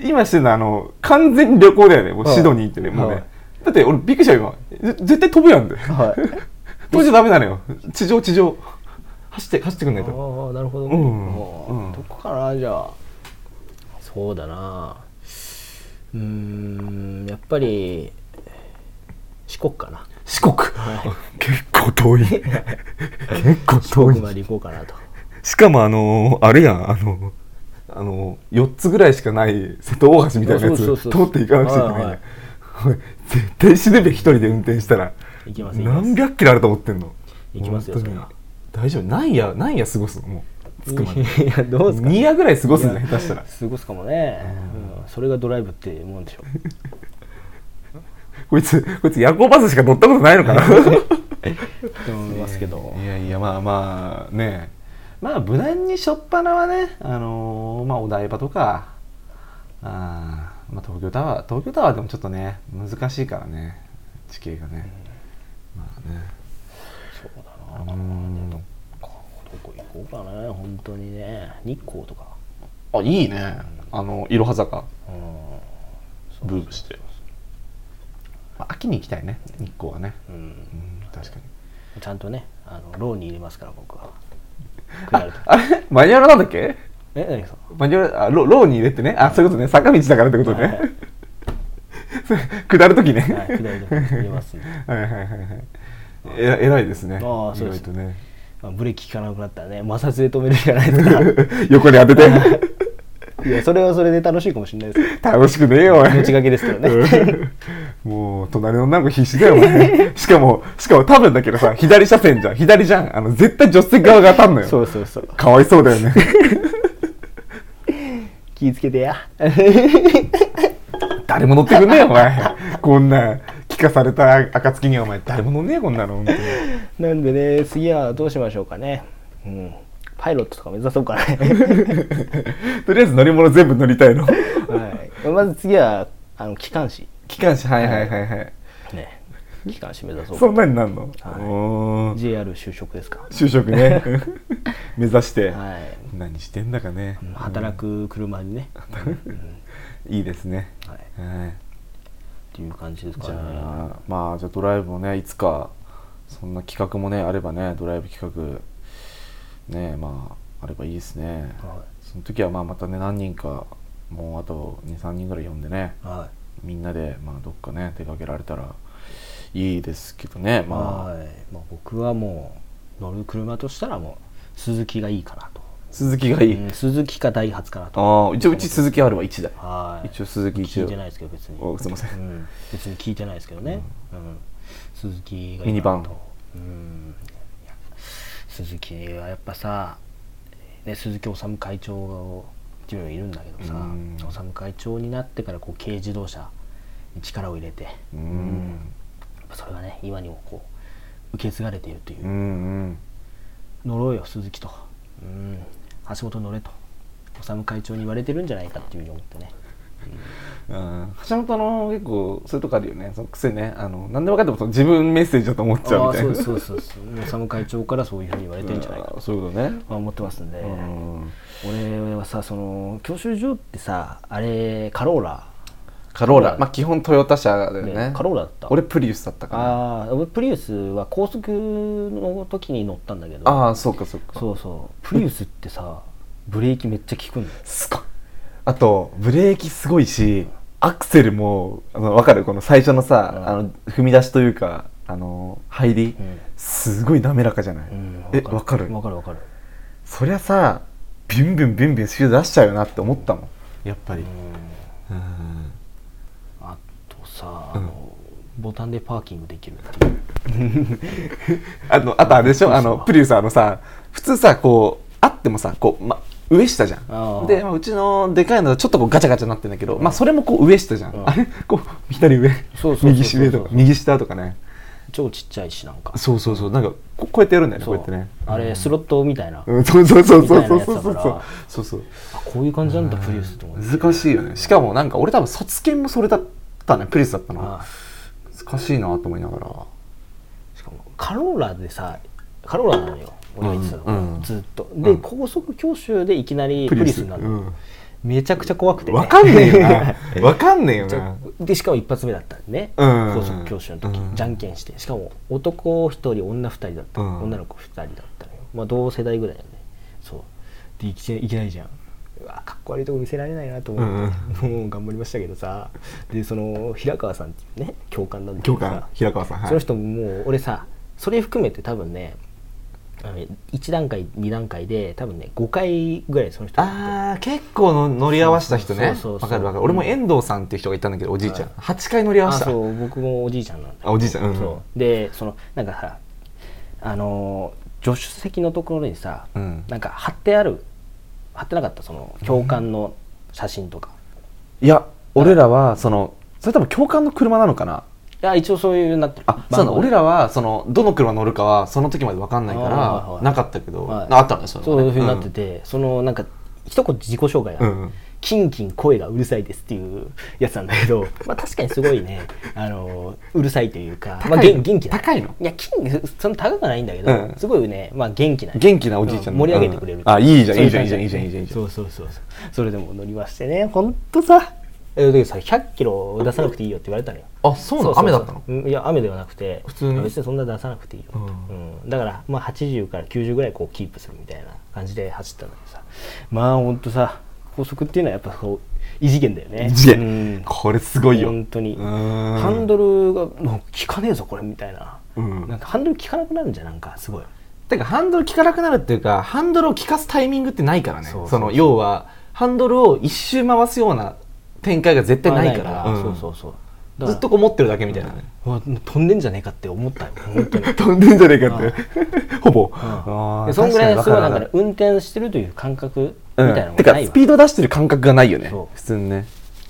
今してるのはあの完全に旅行だよねもう
はい
シドニー行ってね、もうね、
はい
だって俺びっくりしたよ今ぜ絶対飛ぶやんで、
はい
飛んじゃダメなのよ地上地上走って走ってくんないと
ああなるほど、
うん
もう
うん
どこかなじゃあそうだなうーんやっぱり四国かな
四国、結構遠い結構
四国
遠
ま
い
で行こうかなと
しかもあのあれやんあのあの4つぐらいしかない瀬戸大橋みたいなや
そうそう
つ通
そうそう
っていかなくちゃいけないね、
はいはい
絶対死ぬべき一人で運転したら
行きます行きます
何百キロあると思ってんの
行きますよ
本当に
それは
大丈夫何夜何夜過ごすのもう着くまで
いや [LAUGHS] どうすか
2夜ぐらい過ごすんじゃん
いや
下手したら
過ごすかもね、うんそれがドライブってもんでしょ
こいつこいつ夜行バスしか乗ったことないのかな
と思いますけど
いやいやまあまあねまあ無難にしょっぱなはねあのーまあお台場とかあーまあ東京タワー東京タワーでもちょっとね難しいからね地形がね、まあね
そうだな
うん
どこ行こうかな本当にね日光とか
あいいねあのいろは坂
うん
ブーブして、まあ、秋に行きたいね日光はね
うん
うん確かに
ちゃんとねあのローに入れますから僕は下ると
あれマニュアルなんだっけ
え何さん
マニュアルあロローに入れてねあそういうことね坂道だからってことね、
はいはい
それ [LAUGHS] 下るときね、
はい下る時入れますんで
はいはいはいはい [LAUGHS] えら偉いですね
ああそうです
意外とね [LAUGHS]
まあブレーキ効かなくなったらね摩擦で止めるしかないですか
横に当て
[LAUGHS]
て
らいやそれはそれで楽しいかもしれないですけ
楽しくねえよおい
ど命がけですけどね
うん [LAUGHS] もう隣の女の子必死だよお前しかもしかも多分だけどさ左車線じゃん左じゃんあの絶対助手席側が当たんのよ
そうそうそう
かわいそうだよね
気ぃつけてや
誰も乗ってくんねえよお前こんな聞かされた暁にはお前誰も乗んねえよこんなの本当に
[LAUGHS] なんでね次はどうしましょうかねうんパイロットとか目指そうか [LAUGHS] ね
[LAUGHS] とりあえず乗り物全部乗りたいの
はいまず次はあの機関士
[LAUGHS] 機関車はいはいはいはい
ね機関士目指そう
そ
か
んなになんの、
はい
おー
JR 就職ですか
就職ね [LAUGHS] 目指して、
はい
何してんだかね、
働く車にね、うん
[LAUGHS] いいですね、
はい、っ
はい
ていう感じですか
じゃ
ね
あまあじゃあドライブもねいつかそんな企画もねあればねドライブ企画ねまああればいいですね、
は
その時はまあまたね何人かもうあと23人ぐらい呼んでね
は
みんなでまあどっかね出かけられたらいいですけどね
い、
まあ、
はいまあ、僕はもう乗る車としたらもうスズキがいいかなと、
鈴木がいい、
うん、スズキかダイハツかなと
ああ一応うち鈴木あるわ1台
はい
一応鈴木一
聞い
応
てないですけど別に
おすいませ
うんん、別に聞いてないですけどね、うん鈴木が
ミ
い
ニ
い
バ
か
ン
なとうんいや鈴木はやっぱさ、ね、鈴木治会長が自分いるんだけどさ
うん
治会長になってからこう軽自動車に力を入れて
う
うん
ん
やっぱそれがね今にもこう受け継がれているというう、
ん
乗ろうよ鈴木と、うん、橋本乗れと治会長に言われてるんじゃないかっていうふうに思ってね
うん橋本の結構そういうとこあるよねその癖ねあの何でもかんでもその自分メッセージだと思っちゃう
あ
み
あ
たい
そ
な
うそうそうそうもうサム会長からそういうふうに言われてんじゃないか
あー
と
そういうことね
まあ思ってますんで、
うん
俺はさその教習所ってさあれカローラ
カローラまあ基本トヨタ車だよね
ねカローラだった
俺プリウスだったから
ああ俺プリウスは高速の時に乗ったんだけど
ああそうかそうか
そうそうプリウスってさブレーキめっちゃ効くんだよ
すごいあとブレーキすごいしアクセルもあの分かるこの最初のさ、
うん
あの踏み出しというかあの入り、
うん
すごい滑らかじゃない、
うん
え分かる
わかるわかる
そりゃさビュンビュンビュンビュンスピード出しちゃうよなって思ったもんやっぱり
うん
うん
あとさあの、ボタンでパーキングできるっていう
あのあとあれでしょあのプリウスあのさ普通さこうあってもさこう、ま、上下じゃ
あー
んで、まあ、うちのでかいのはちょっとこうガチャガチャなってんだけど、まあ、それもこう上下じゃん、
うん
あれこう左上
そうそうそうそう
右上とか右下とかね
超ちっちゃいしなんか
そうそうそうなんかここうやってやるんだよね
そ
こ
うう
やってね
あれス
ロ
ロットみたいな、
うんそうそうそうそうそうそうそ
みたいなやつだから
うそうそう
あこういう感じなんだプリウスって思って
難しいよねしかもなんか俺多分卒検もそれだったねプリウスだったの
あ
難しいなと思いながら
しかもカローラでさカローラなのよ俺が言ってたの、
うんうん
ずっとで、
うん
高速教習でいきなりプリウスになるの、めちゃくちゃ怖くて、ね、
分かんねえよ
[LAUGHS]
な分かんねえよ
じ
な
ゃでしかも一発目だったんでね、
うん
高速教習の時、
うん
じゃんけんしてしかも男一人女二人だった、
うん
女の子二人だったのよまあ同世代ぐらいだよねそうでいきいきなりじゃんうわかっこ悪いとこ見せられないなと思って、もう頑張りましたけどさでその平川さんっていうね教官なんだけ
教
どさ
官平川さんはい
その人ももう俺さそれ含めて多分ねあの1段階2段階で多分ね5回ぐらいその人
あー結構の乗り合わせた人
そうそ
ね
うそうそう
分かる分かる俺も遠藤さんっていう人がいたんだけどおじいちゃん8回乗り合わ
あ
せた
そう僕もおじいちゃんなんだけど
あおじいちゃんうん
そうでそのなんかさあのー助手席のところにさ、
うん
なんか貼ってある貼ってなかったその教官の写真とか、
いや俺らはそのそれ多分教官の車なのかない
や一応そういうなってる
あそうなの俺
ら
らはそのどの車乗るかはその時まで分かんないか
はいはいは
ら
い
なかったけど
はい
あったんだよそれ
そういうふうになって
て
て、そのなんか一言自己紹介が、
うんうん
キンキン声がうるさいですっていう [LAUGHS] やつなんだけど、まあ、確かにすごいね、あのーうるさいというか、まあ、
高いの
元元気な
高いの
いやキンその高くはないんだけど、
うん
すごいね、まあ、元気な
元気なおじいちゃん
う盛り上げてくれる、
うんあいいじゃん
そうう感
いいじゃんいいじゃんいいじゃんいいじゃん
そうそうそうそうそれでも乗りましてねほんとさえだけどさ100キロ出さなくていいよって言われたのよ
あそうなの雨だったの
うんいや雨ではなくて
普通に
別にそんな出さなくていいよ、
う
う
ん
んだから、まあ、80から90ぐらいこうキープするみたいな感じで走ったんだけどさまあほんとさ高速っていうのはやっぱこう異次元だよね
異次
うん
元これすごいよ
本当に
うん
ハンドルがもう効かねえぞこれみたいな,、
うん
なんかハンドル効かなくなるんじゃんなんかすごい
てかハンドル効かなくなるっていうかハンドルを効かすタイミングってないからね
そうそう
その要はハンドルを一周回すような展開が絶対ないからうん
そうそうそうだから
ずっとこう持ってるだけみたいなね
うわ飛んでんじゃねえかって思ったよ本
[LAUGHS]
当に
飛んでんじゃねえかってほぼあ
で
ー
そんぐらいす
確
ごい
に
なんかね
わかるわかる
運転してるという感覚み
う
た
ん
いなの
て
がな
か
い
ス
わ、
ピード出してる感覚がないよね
そう
普通にねわ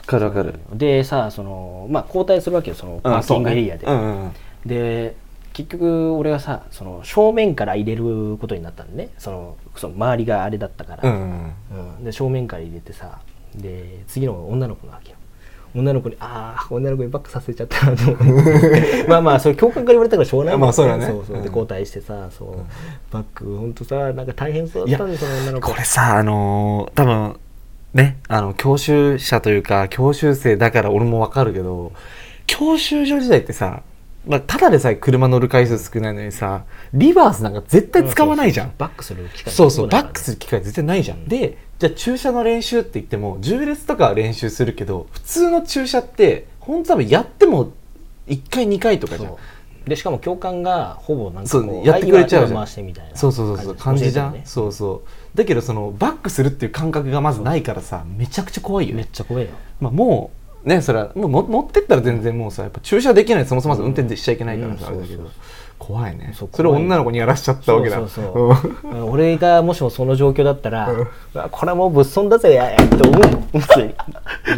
かるわかる
でさそのまあ交代するわけよそのパーキングエリアで、
うんうんうん
で結局俺はさその正面から入れることになったんでねそのその周りがあれだったから、
うんうん
うんで正面から入れてさで次の女の子なわけよ女の子にああ女の子にバックさせちゃったなと思って
[LAUGHS]
まあまあそれ教官から言われたからしょうがないもん
まあそうだね
そうそう
うん
で交代してさそう、バックほんとさなんか大変そうだったんですよ女の子
これさあのー多分ねあの教習者というか教習生だから俺もわかるけど教習所時代ってさ、まあ、ただでさえ車乗る回数少ないのにさリバースなんか絶対使わないじゃん、
バックする機会
そうそう
だから
バ
ね
ックする機会絶対ないじゃん、でじゃあ駐車の練習って言っても重列とかは練習するけど普通の駐車って本当多分やっても1回2回とかじゃん
そうでしかも教官がほぼなんか
そう
こう
やってくれちゃうじゃ
あ今
ん
回してみたいな
そうそうそうそう感じじゃん、
教えて
そうそうだけどそのバックするっていう感覚がまずないからさめちゃくちゃ怖い
るねめ
よね
っ、ちゃ怖いよ
まあ、もうねそれはもうの乗ってったら全然もうさやっぱ駐車できないそもそもまず運転でしちゃいけないからさ、
うん
あれだけ
そ
ど
うそう
怖いね
そう
それを
怖い
女の子にやらしちゃったわけだ
そうそうそう、俺がもしもその状況だったら、うわこれはもうぶっ損だぜやって思うよ普通に
うん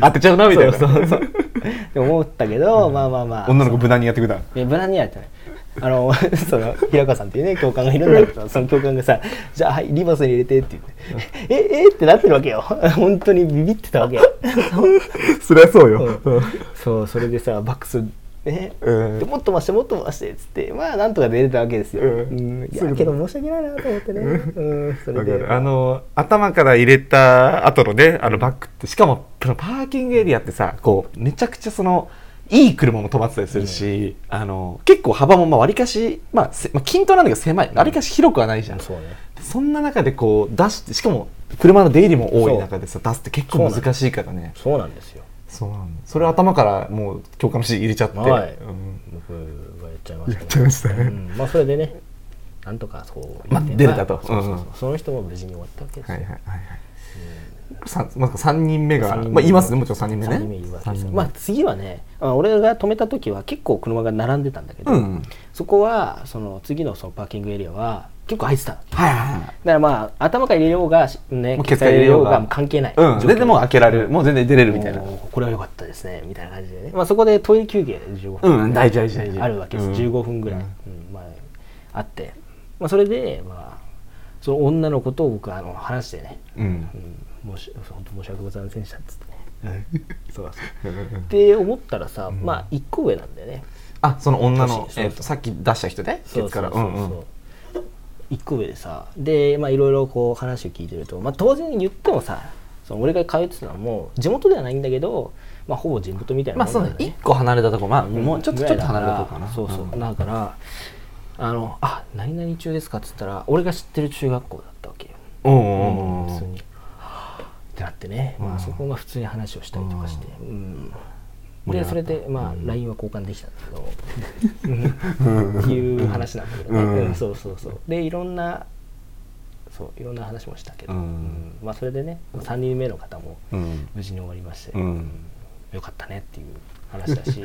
当てちゃうなみたいな
そうそうそうって思ったけど、まあまあまあ
[LAUGHS] 女の子無難にやってくだ
いやブラニアってねあの [LAUGHS] その平川さんっていうね教官がいるんだけどその教官がさ「じゃあはいリバースに入れて」って言って「えええってなってるわけよ [LAUGHS] 本当にビビってたわけよ
そりゃそう
う
よ
ん、そうそれでさバックスね、
うん
でもっと回してもっと回してっつってまあなんとか出れたわけですよ、う
うんん
いやけど申し訳ないなと思ってね、うん、それ
わか
で
るあの頭から入れた後のねあのバックってしかもそのパーキングエリアってさこうめちゃくちゃそのいい車も止まってたりするし、あの結構幅もまあ割かし、まあ、せまあ均等なんだけど狭い割かし広くはないじゃん、
そうね
そんな中でこう出してしかも車の出入りも多い中でさ出すって結構難しいからね
そうなんですよ
そうなのそれを頭からもう強化の指示入れちゃって、
はい
うん
僕はやっちゃいました
やっちゃいましたね
うん、まあそれでねなんとかそう
まあ
言って
出れたと
まあそうそうそう
うん
その人も無事に終わったわけです
は
よ、
いはいはいはい
さまさか3人目が、
三人目
まあ、いますねもちろん3人目ね
三人目いるわけ
三
ですよ
人目
まあ次はねあ俺が止めた時は結構車が並んでたんだけど、
うん
そこはその次のそのパーキングエリアは結構空いてたのだか
はいはいはい
らまあ頭から入れようがしね
もう
ケ
ケ
ツか
ツから
入
ら入
れ
れ
よ
よ
う
う
が
が
もう関係ない、
うん、ででもう開けられるもう全然出れるみたいな
もうこれは良かったですねみたいな感じでね、まあ、そこでトイレ休憩15分、
うん大事大事大事
あるわけです、
うん
15分ぐらい、うんまあ、あって、まあ、それで、まあ、その女の子と僕あの話してね、
うん
うん、申し本当申し訳ございませんでしたっつってねそうそう
うん
って思ったらさ、まあ一個上なんだよね
あその女
そう
の
そう、そう
えっとさっき出した人ねケツから
そうそうそうそう一個上でさでまあいろいろこう話を聞いてると、まあ、当然言ってもさその俺が通ってたのはもう地元ではないんだけど、まあ、ほぼ地元みたいな
まあ
もん
そ
な
の
んだね
1個離れたとこまあもうちょっと
ぐ
ち
ら
ょ
い
っ
だ
と離
ら
れたとこかな
そうそう、
ん
だからあのあ何々中ですかっつったら俺が知ってる中学校だったわけよ、
うんうんうん
普通にはぁってなってね、まあ、そこが普通に話をしたりとかして、うんでそれでまあ LINE は交換できたんだけど、う
[LAUGHS]
んっていう話なんだけどね、
うん
うんそうそうそうでいろんなそういろんな話もしたけど、
うん
うんまあ、それでね3人目の方も
うん
無事に終わりまして、
うん
よかったねっていう話だし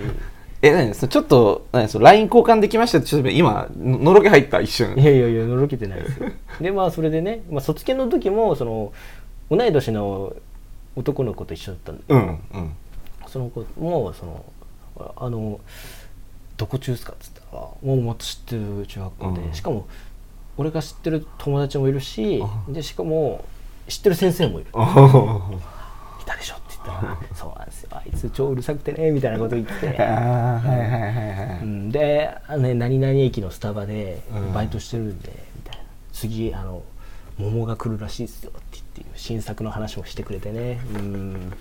え何それちょっと何それ LINE 交換できましたってちょっと今ののろけ入った一瞬
いやいやいやのろけてないです
[LAUGHS]
よでまあそれでね、まあ、卒検の時もその同い年の男の子と一緒だったんで
うん
[LAUGHS]
うん
その子もその「あのどこ中ですか?」っつったら「もうもっと知ってる中学校で、
うん
しかも俺が知ってる友達もいるしでしかも知ってる先生もいる」
おー
いたでしょ」って言った
[LAUGHS]
ら「そうなんですよあいつ超うるさくてね」みたいなこと言って
あーはいはいはいは
う
い
ん、であの、ね、何々駅のスタバでバイトしてるんで、みたいな次あの桃が来るらしいですよって言って新作の話もしてくれてね、うん、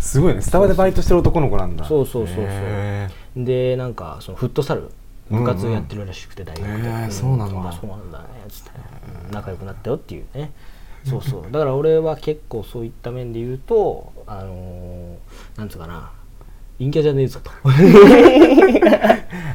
すごいねスタバでバイトしてる男の子なんだ
そうそうそうそう
へ
でなんかそのフットサル部活をやってるらしくて大学で、
うんへえ
ん
そうなんだ
あそうなんだねつって、うん仲良くなったよっていうねそうそうだから俺は結構そういった面で言うとあのーなんつうかな陰キャじゃねえ
[LAUGHS]
ぞと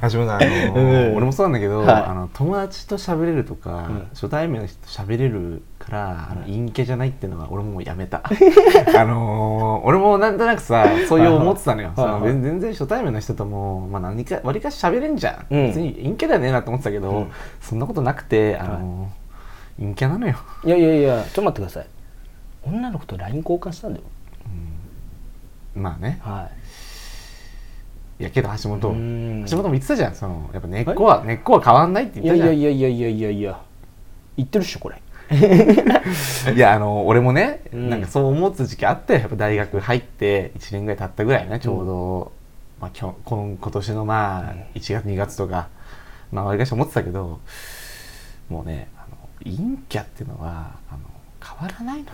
あ自分だあのー
ー俺もそうなんだけど、
はい
あの友達と喋れるとか、
うん
初対面の人と喋れるから、あの陰キャじゃないっていうのは俺ももうや
[LAUGHS]
めたあのー俺もなんとなくさそういう思ってたのよ、
はいはい
その全全然初対面の人とも、まあ、何かわりかし喋れんじゃん、
うん
別に陰キャだよねえなと思ってたけど、
うん
そんなことなくて、あのー陰キャなのよ
いやいやいやちょっと待ってください女の子と LINE 交換したんだよ
まあね
はい
いやけど橋本
う
橋
ん
本も言ってたじゃんそのやっぱ根っこは、根っこは変わんないって
い
言
や
っ
い
たじゃん
やいやいやいやいやいや言ってるっしょこれ
[LAUGHS] いやあの俺もね、
うん
なんかそう思ってた時期あってやっぱ大学入って1年ぐらい経ったぐらいねちょうど、まあ、きょこん今年のまあ1月2月とかまあわりかし思ってたけどもうねあの陰キャっていうのはあの変わらないのよ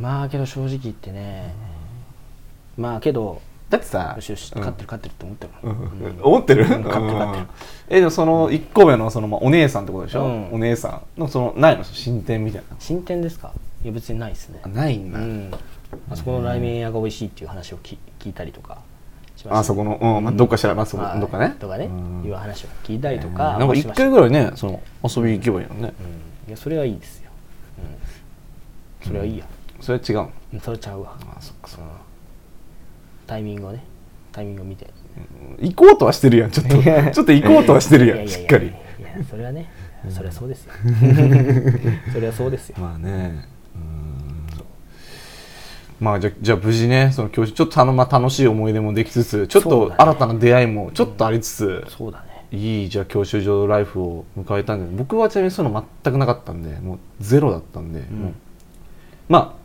まあけど正直言ってねまあけど
だってさ
よしよし
うん
勝ってる勝ってるって思ってる
う
もん
ん思ってる、
うん勝ってる勝ってる
えでもその1個目のその、まあ、お姉さんってことでしょ、
うん
お姉さんのそのないの進展みたいな
進展ですかいや別にないですね
あないん
う
だ、
んあそこのラーメン屋が美味しいっていう話を聞聞いたりとかしました
あそこの、うんまあ、どっかしら、まあ、そこ
はい
どっかね
とかね
うん
いう話を聞いたりと
う
か
んなんか
し
一
ました
回ぐらいねその遊びに行けばいいのね、
うんいやそれはいいですようんそれはいいや
それは違うの
うんそれちゃうわ
あそっかそっか
タイミングをねタイミングを見て
行こうとはしてるやんちょっとちょっと行こうとはしてる
い
や
やい
ん
やい
し
や
っかり
いやいやそれはねそれはそうです
[LAUGHS]
よそれはそうですよ
まあねうんまあじゃじゃあ無事ねその教師ちょっとたの、まあ、楽しい思い出もできつつちょっ
そうだ
と
ね
新たな出会いもちょっとありつつ、
そうだね
いいじゃあ教習所ライフを迎えたんで僕はちなみにそういうの全くなかったんでもうゼロだったんで、もうまあ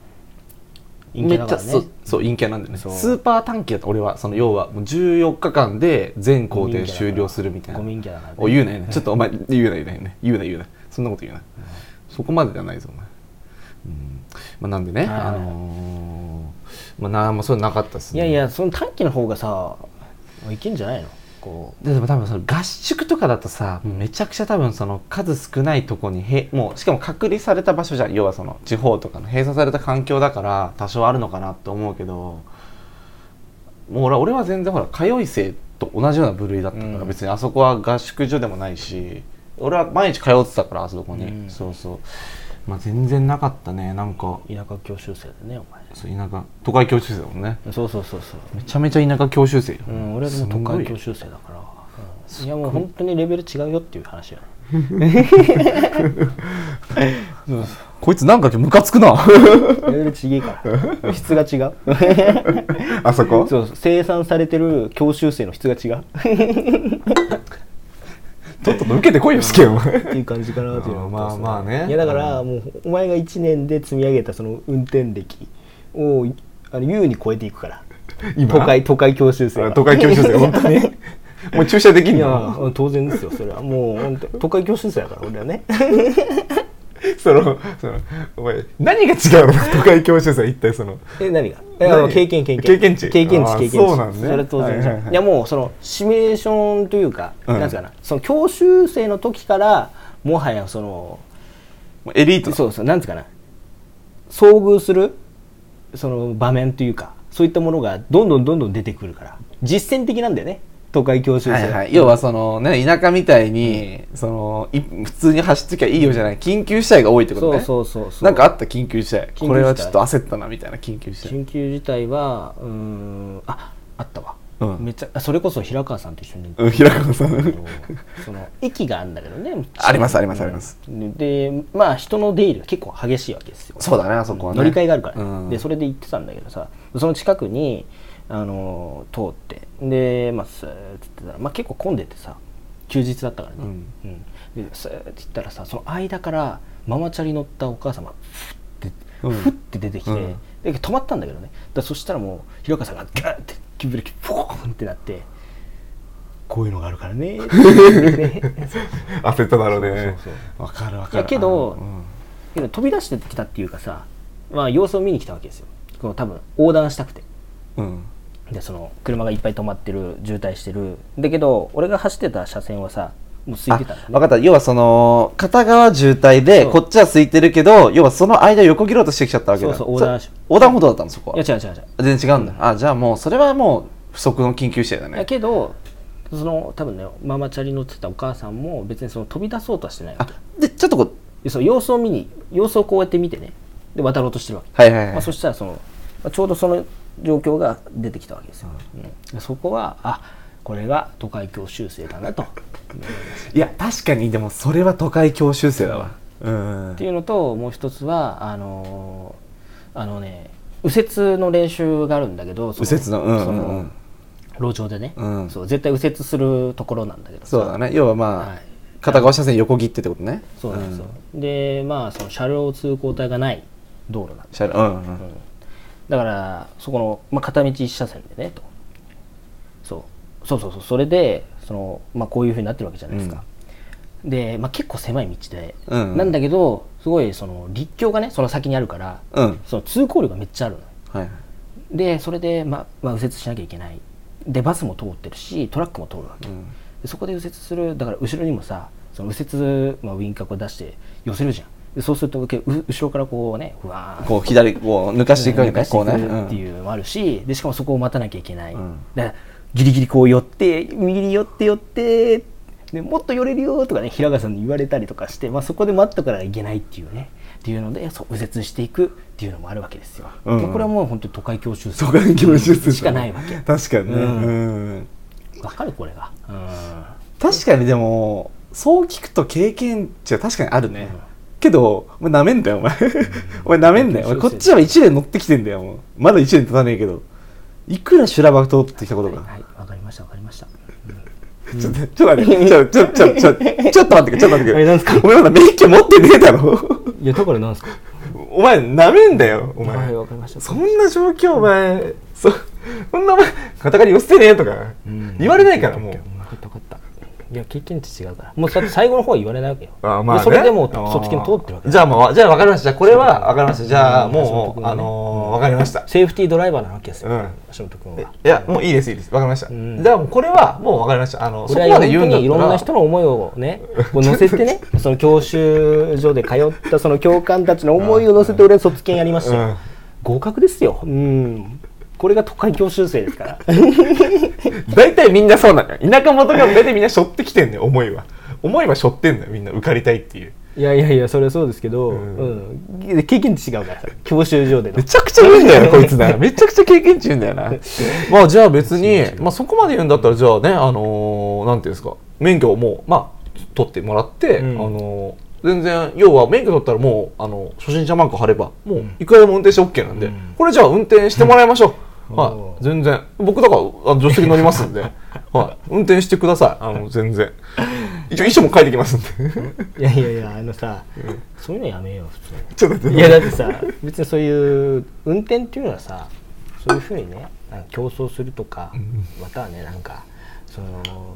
陰キャだから
め
ね
っちゃそうそう陰キャなんだよねス
そう
ーパー短期だった俺はその要はもう14日間で全工程終了するみたいな
ゴミ陰キャだからね
お言うな言うなちょっとお前言うな言うな言うな言うな言うなそんなこと言うな、そこまでじゃないぞお前、うんまあ、なんで
は
ね、
い
あのーまあなまあそういうのなかったで
い
すね
やいやその短期の方がさいけんじゃないのこ
ででも多分その合宿とかだとさもうめちゃくちゃ多分その数少ないとこにへもうしかも隔離された場所じゃん要はその地方とかの閉鎖された環境だから多少あるのかなと思うけどもう俺は俺は全然ほら通い生と同じような部類だったから、
うん
別にあそこは合宿所でもないし俺は毎日通ってたからあそこに、
うん
そうそうまあ、全然なかったねなんか
田舎教習生でねお前
そう田舎都会教習生だもんね
そうそうそうそう
めちゃめちゃ田舎教習生よ、
うん、俺はもう
す
都
ごい
会教習生だから、うんいやもう本当にレベル違うよっていう
[LAUGHS]
話よね
こいつなんかムカつくな [LAUGHS]
レベル違えから質が違う
あそ
[LAUGHS]
こ
そうそう生産されてる教習生の質が違う
とっとと受けてこいよ試験を
っていう感じかなっていうのは
まあまあね
いやだからもうお前が1年で積み上げたその運転歴をいあの優に超えていくから
今
都会都会教習生は
都会教習生本当にもう注射でき
[LAUGHS] い
ん
や
の
うん当然ですよそれはもう本当都会教習生だから俺はね [LAUGHS]
そのそのお前何が違
[LAUGHS]
うの都会教習生一体その
え何がいや
何
経験経験
経験値
経験値
あー
経験値
そうなんね
それは当
はい
然じゃん、
いはいはい
やもうそのシミュレーションというか、
うん
なんつうかなその教習生の時からもはやその
エリートだ
そうそうなんつうかな遭遇するその場面というかそういったものがどんどんどんどん出てくるから実践的なんだよね都会教習生、
はいはい、要はそのね田舎みたいに、そのい普通に走っときゃいいよじゃない緊急事態が多いってこと
そう
ね
そうそうそう
なんかあった緊急事態
急事態
これはちょっと焦ったなみたいな緊急事態
緊急事態はうーんああったわ、
うん
めっちゃあそれこそ平川さんと一緒に
うん平川さん
あのその駅があるんだけどね
[LAUGHS] ありますありますあります
うんでまあ人の出入りが結構激しいわけですよ
[LAUGHS] そうだねあそこはね
乗り換えがあるからね、
うん
でそれで行ってたんだけどさその近くにあの通ってでまあスーッて行ってたら、まあ、結構混んでてさ休日だったからね、
うん
うんでスーッて行ったらさその間からママチャリ乗ったお母様がふって、
うん
ふって出てきて、
うん
で止まったんだけどねだからそしたらもう平川さんがガーって急ブレーキポーンってなってこういうのがあるから
[LAUGHS]
ねって言ってね
焦っただろうね
そうそう
わかるわ
いやけど
うん
けど飛び出してきたっていうかさ、まあ、様子を見に来たわけですよこの多分横断したくて
うん
でその車がいっぱい止まってる渋滞してるだけど俺が走ってた車線はさもう空いてたんだ
分かった要はその片側渋滞で
そう
こっちは空いてるけど要はその間横切ろうとしてきちゃったわけだ
そうそう横断し
横断歩道だったのそこはい
や違う違う違う
全然違うんだ、あじゃあもうそれはもう不足の緊急事態だ
だ
ね
けどその多分ねママチャリ乗ってたお母さんも別にその飛び出そうとはしてないわ
あ
け
でちょっとこう
でその様子を見に様子をこうやって見てねで渡ろうとしてるわけ
はいはいはい、
まあ、そしたらその、まあちょうどその状況が出てきたわけですよ、うんそこはあこれが都会教習生だなと
いや確かにでもそれは都会教習生だわうん
っていうのともう一つはあのーあのね右折の練習があるんだけどその
右折のうんうんうん
その路上でね、
うん
そう絶対右折するところなんだけどさ
そうだね要はまあ、
はい
片側車線横切ってってことね
そうなんですよ、でまあその車両通行帯がない道路なんだ
車両うんうん、
だからそこの、まあ、片道1車線でねとそうそうそうそうそれでその、まあ、こういうふうになってるわけじゃないですか、で、まあ、結構狭い道で、
うんうん
なんだけどすごいその立教がねその先にあるから、
うん
その通行量がめっちゃあるの
はい
でそれで、まあまあ、右折しなきゃいけないでバスも通ってるしトラックも通るわけ、
ん
でそこで右折するだから後ろにもさその右折、まあ、ウィンカーこう出して寄せるじゃんでそうするとけう後ろからこうねふわーん
こう左こう抜かしていくわけ
抜か
ね
して
こうね、
いく
[LAUGHS]
っていうのもあるし、でしかもそこを待たなきゃいけない、だからギリギリこう寄って右に寄って寄ってでもっと寄れるよとかね平川さんに言われたりとかして、まあ、そこで待ったからいけないっていうねっていうのでそう右折していくっていうのもあるわけですよ、
うん
でこれはもう本当に都会教習生
都会教習生
しかないわけ
確かにね、
うん
うん
わかるこれがうん
確かにでもそう聞くと経験値は確かにあるね、けどお前なめんだよお前お前なめんだよお前こっちは1年乗ってきてんだよもうまだ1年経たねえけどいくら修羅場通ってきたことが、
はいわかりましたわかりました
ちょっと、ちょっと待って、ちょ、ちょ、ちょ、ちょ、ちょっと待ってくれ、ちょっと
[LAUGHS]
待ってくれ。
えなんすか
お前まだ免許持ってねえだろ。
いやだからなんですか
お前、なめんだよ、お
は
前
い。わかりました
そんな状況、お前、そ、そんなお前、肩借り寄せてねえとか、言われないから、もう。
分かった分かったいや経験値違うからもうだって最後の方は言われないわけよ
あまあね
それでもう
あー
そっちに通ってるわけ
じゃあ、まあ、じゃあ、わかりました。じゃあこれは、わかりました。じゃあ、も
う
う、
ん
あのー、わかりました。
セーフティードライバーなわけですよ、
うん
橋本君
え
はい
や、もういいです、いいです。わかりました。
ん
じゃあ、もうこれは、もうわかりました。あの、そ
俺
こ
は
ま
本
で言
当
うんだ
に
った
いろんな
ら
人の思いを
[LAUGHS]
ねこう乗せてねその教習所で通ったその教官たちの思いを乗せて俺は卒検やりましたよ、
うん
合格ですようんこれが都会教習生ですから
[LAUGHS] 大体みんなそうなのよ。田舎元が大体みんな背負ってきてんだよ、思いは。思いは背負ってんだよ、みんな。受かりたいっていう。
いやいやいやそれはそうですけど、うん経験値違うからさ教習所での
めちゃくちゃ言うん [LAUGHS] だよなこいつなめちゃくちゃ経験値言うんだよな [LAUGHS] まあじゃあ別に、まあ、そこまで言うんだったらじゃあねあのーなんていうんですか免許をもうまあ取ってもらって、
うん
あのー全然要は免許取ったらもうあの初心者マーク貼ればもういくらでも運転して OK なんで、
うん
これじゃあ運転してもらいましょう、
うんお
は
ー
い全然僕だからあの助手席乗ります [LAUGHS] んで、はい、運転してくださいあの全然一応遺書も書いてきますんで
いやいやいやあのさ、そういうのやめよう普通に
ちょっと待って
いやだってさ別にそういう運転っていうのはさそういうふうにねなんか競争するとか、またはねなんかその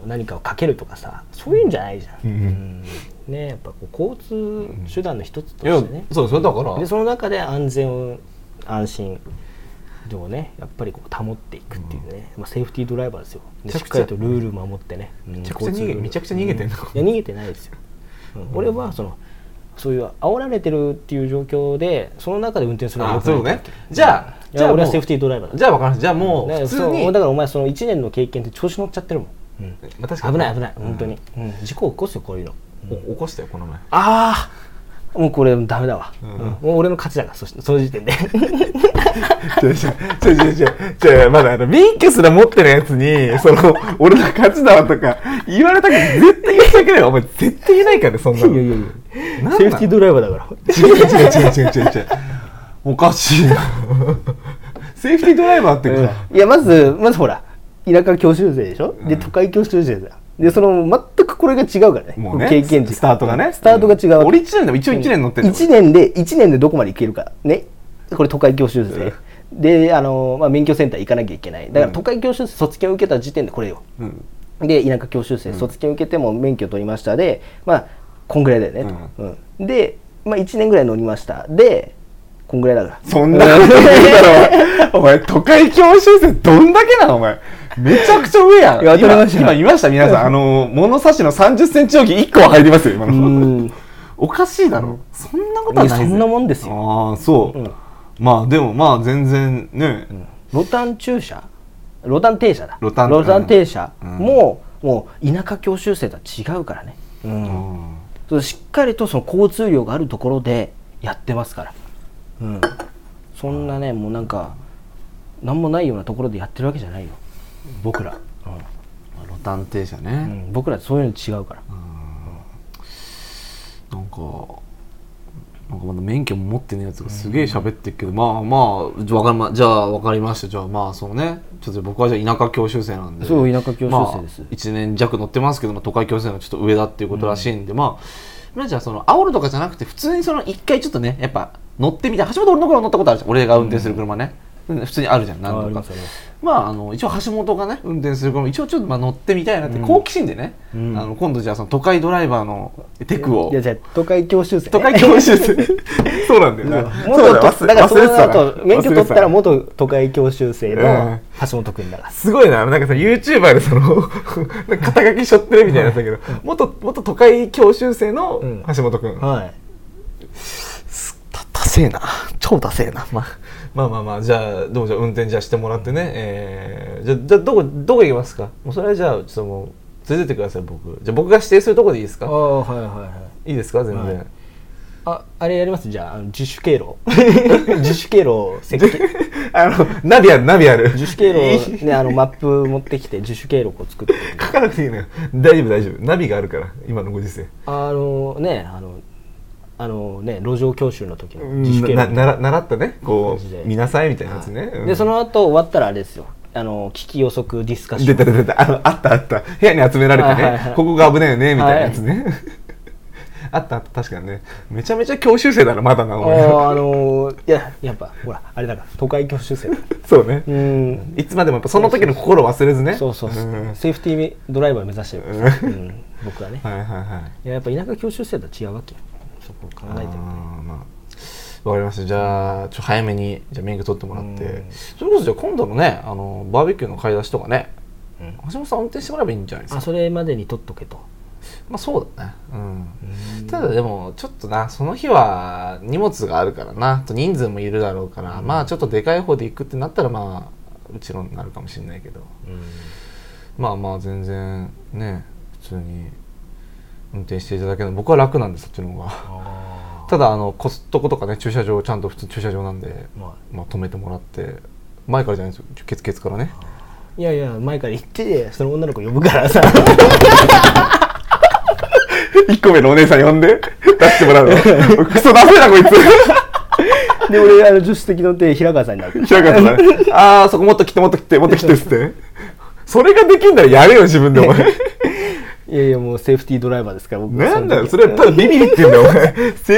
何かをかけるとかさそういうんじゃないじゃん、うんねやっぱこう交通手段の一つと
いや
してね、
そうですよだから
でその中で安全を安心をねやっぱりこう保っていくっていうね、まあ、セーフティードライバーですよで
めち
しっ
ゃくち
か
ゃ
りとルール守ってねめ
ちゃくちゃ逃げめちゃくちゃ逃げてんの
いや逃げてないですよ、うん俺はそのそういう煽られてるっていう状況でその中で運転するのは
あ
良くな
そ
いう
ね
と思って
じゃ
い
あ
や俺は
もう
セーフティードライバーだ
じゃあ分かりましたじゃあもう
だから
普通に
そうだからお前その1年の経験って調子乗っちゃってるもん、うん
まあ確かに
危ない危ない本当に、うん事故起こすよこういうの、
お起こしたよこ
[LAUGHS]
の前
ああもうこれダメだわ、うんもう俺の勝ちだからそしその時点で
じゃあじゃあじゃあじゃあじゃあじゃあまだあの免許すら持ってないやつにその [LAUGHS] 俺の勝ちだわとか言われたけど絶対言っちゃいけないよお前絶対言えないからねそんなの違う違う
いや [LAUGHS] セーフティードライバーだから
違う違う違うおかしいなセーフティードライバーっていうかさ
いやまずまずほら田舎教習生でしょ、で都会教習生だよでその全くこれが違うからね
もうね
経験値
スタートがね
スタートが違う、
俺1年でも一応1年乗ってる
1年で1年でどこまで行けるかねこれ都会教習生、であの、まあ、免許センター行かなきゃいけないだから都会教習生卒業受けた時点でこれよ、
うん
で田舎教習生卒業受けても免許取りましたでまあこんぐらいだよねと、うんで、まあ、1年ぐらい乗りましたでこんぐらいだから
そんなこと言うんだろお前お前都会教習生どんだけなのお前めちゃくちゃ上やん
いや当たり
今
前じゃん
今いました皆さんあの物差しの3 0ンチ置き1個は入りますよ今の
[LAUGHS] うん
おかしいだろそんなこ
い
とは
や
ない
そ
ぜ
んなもんですよ
ああそう、
うん
まあでもまあ全然ね、
路端駐車路端停車だ
路端
停車も、もう田舎教習生とは違うからね、うんそうしっかりとその交通量があるところでやってますから、うん、そんなねもうなんか何もないようなところでやってるわけじゃないよ僕ら、
まあ路端停車
う
ね、
ん、僕らそういうの違うから
なんかなんかまだ免許も持ってないやつがすげえ喋ってるけど、まあまあじゃあわかりまじゃあ分かりましたじゃあまあそうねちょっと僕はじゃあ田舎教習生なんで
そう田舎教習生です
まあ、1年弱乗ってますけど、まあ、都会教習生のちょっと上だっていうことらしいんで、まあまあじゃあその煽るとかじゃなくて普通にその一回ちょっとねやっぱ乗ってみて橋本俺の車乗ったことあるじゃん俺が運転する車ね、うん普通にあるじゃん何
ああり
と
ま
か
すあります
まあ、あの一応橋本がね運転するから一応ちょっとまあ乗ってみたいなって好奇心でね、あの今度じゃあその都会ドライバーのテクを
いやじゃあ [LAUGHS] 都会教習生ね
都会教習生
[LAUGHS] そうなんだよな
元
そうだ
とだからその
忘れ
後
て
免許取ったら
忘れて
元都会教習生
うん
の橋本君だから
すごいな、なんかさ、YouTuber でその、 [LAUGHS] なんか肩書きしょってるみたいなやつだけど、元、元都会教習生の
うん
橋本くん。
はい
た、ダセえな。超ダセえな。まあ、まあまあまあ、じゃあ、どうじゃあ運転じゃあしてもらってね。えー、じゃあ、じゃあどこ、どこ行きますかもうそれはじゃあ、ちょっともう、連れてってください、僕。じゃあ僕が指定するとこでいいですか
あはいはいはい
いいですか全然。
はいああれやりますじゃああの自
[LAUGHS]
主経路自主経路を設計
あの、ナビある、ナビある。
自主経路をねあのマップ持ってきて自主経路をこう作って
[LAUGHS] 書かなくていいのよ。大丈夫、大丈夫。ナビがあるから、今のご時世。
あのねあのあのね路上教習の時の自主経路
ななら習ったね、こ
マジで
う、見なさいみたいなやつね。うん
でその後終わったらあれですよあの聞き予測ディスカッシ
出
ョン
た出た出たあのあったあった部屋に集められてね、
はいはいはい
ここが危ないよねみたいなやつね、 [LAUGHS] あったあった確かにねめちゃめちゃ教習生だなまだなお前
ああのいややっぱほらあれだから都会教習生だか
[LAUGHS] そうね
らうん
いつまでもやっぱその時の心を忘れずね
そうそうそう、
ん
セーフティードライバーを目指してるからさ、うん、僕はね、
はいはいはい
いややっぱ田舎教習生とは違うわけよそこを考えてもね
あーまあわかりましたじゃあちょっと早めにじゃあ免許取ってもらって、
うん
それこそじゃあ今度のねあのバーベキューの買い出しとかね、橋本さん運転してもらえばいいんじゃないです
あ
か
それまでに取っとけと
まあそうだねうんただでもちょっとなその日は荷物があるからなあと人数もいるだろうから、まあちょっとでかい方で行くってなったらまあうちのになるかもしれないけどまあまあ全然ね普通に
運転していただけるの僕は楽なんですそっちの方がただあのコストコとかね駐車場ちゃんと普通駐車場なんで、
ま
まあ、止めてもらって前からじゃないんですよケツケツから
[LAUGHS]
ね
いやいや前から言ってその女の子呼ぶからさ
1個目のお姉さん呼んで出してもらうのクソ出せなこい
[LAUGHS] で俺あの助手席乗って平川さんになる
つ開かったねああそこもっと来てもっと来てもっと来てっつってそれができんならやれよ自分
[LAUGHS]
でお前
[LAUGHS] いやいやもうセーフティードライバーですから僕は
なんだよ
そ
そ
の時
れただビビリって言うん
[LAUGHS]
だよお前セ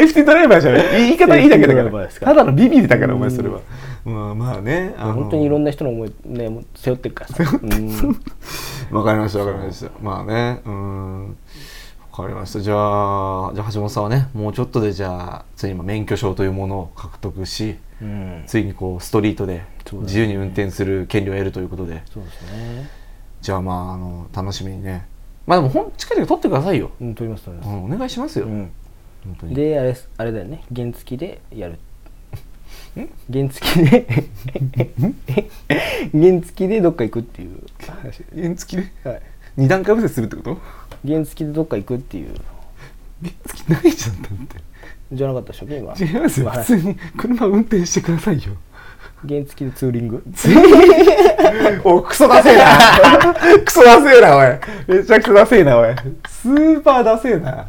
ーフティードライバーじゃない言い方いいだけ
セーフティー
だ
ドライ
か
バー
ら
ですか
ただのビビリだからお前それはまあまあねあの
本当にいろんな人の思いねもう背負ってるからさうん
わかりましたわかりましたまあねうんわかりましたじゃあじゃあ橋本さんはねもうちょっとでじゃあついに今免許証というものを獲得し
うん
ついにこうストリートで
そうだね
自由に運転する権利を得るということで、
そうですね
じゃあまああの楽しみにねまあでもほん近々取ってくださいよ、
うん取ります取り
う
ま
ん、お願いします
す
よ、
うん
本当に
であれすあれだよね原付でやる原付で原付でどっか行くっていう、
原付で
はい、
二段階伏せするってこと
原付でどっか行くっていう
原付ないじゃんだっ
じゃなかったでしょ今
て違いますよ普通に車運転してくださいよ
原付でツーリング
おクソダセえな [LAUGHS] クソダセえなおいめちゃくちゃダセえなおいスーパーダセえな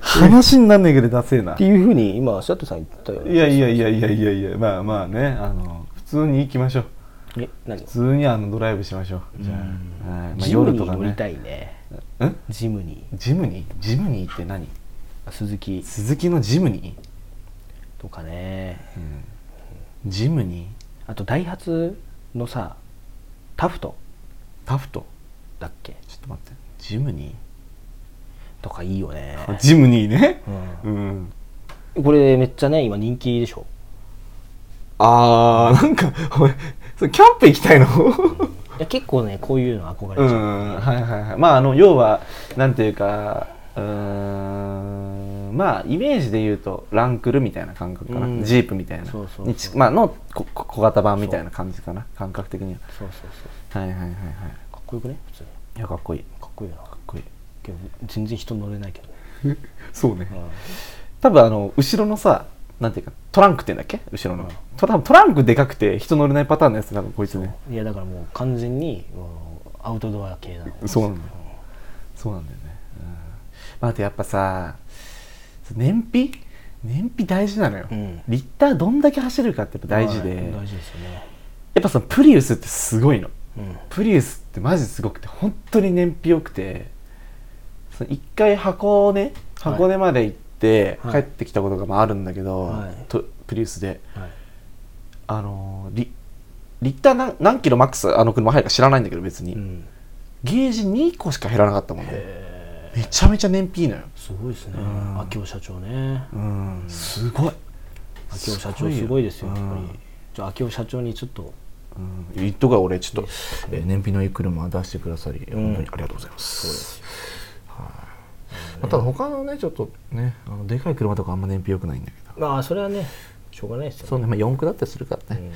話になんねえけどダセえな
っていうふうに今シャトさん言ったよね
いやいやいやいやいやいやまあまあねあの普通に行きましょう
え何
普通にあのドライブしましょうじゃあ,、はいまあ、
ジム
夜
に
とか
乗りた
ね
いね
ん
ジムに
ジムニージムニーって何
鈴木
鈴木のジムニ
とかね
ー、うん、ジムニー
あとダイハツのさタフト
タフト
だっけ
ちょっと待ってジムニー
とかいいよね
あジムニーね
う
うん、
これめっちゃね今人気でしょ
あーなんかお前それキャンプ行きたいの
いや結構ねこういうの憧れち
[LAUGHS] う
ゃう、
んはいはいはいまああの要はなんていうかうーんまあイメージで言うとランクルみたいな感覚かな、
うん
ジープみたいな
そうそうそう
にちまあのここ小型版みたいな感じかな感覚的には
そうそうそう
はいはいはいはい
かっこよくね普通に
いやかっこいい
かっこいいよな
かっこいい
けど全然人乗れないけどね、
そうね
うん
多分あの後ろのさなんていうかトランクって言うんだっけ後ろの、トラトランクでかくて人乗れないパターンのやつだからこいつね
いやだからもう完全にもうアウトドア系なの
そうなんだよそうなんだよね、うんまあ、あとやっぱさ燃費燃費大事なのよ、
うん
リッターどんだけ走るかってやっぱ大事で、
はい
や
大事ですよね
っぱそのプリウスってすごいの
うん
プリウスってマジすごくて本当に燃費良くてその一回箱根箱根まで行って帰
はい
ってきたことがまああるんだけど、
はい
とプリウスで
はい
あのーリリッター何何キロマックスあの車入るか知らないんだけど別に、
うん、
ゲージ2個しか減らなかったもんね
え
めちゃめちゃ燃費いいのよ
ーすごいですね
うん
秋夫社長ね
うんすごい、
秋夫社長すごいですよ
う
や
ん
っぱりじゃあ秋夫社長にちょっと
うん、言っとくわ俺ちょっと、えー燃費のいい車出してくださり、本当にありがとうございますはいまあただ他のねちょっとねあのでかい車とかあんま燃費良くないんだけど
まあそれはねしょうがないです
そ
よ
う
ね
ね、まあ、四駆だったりするからね、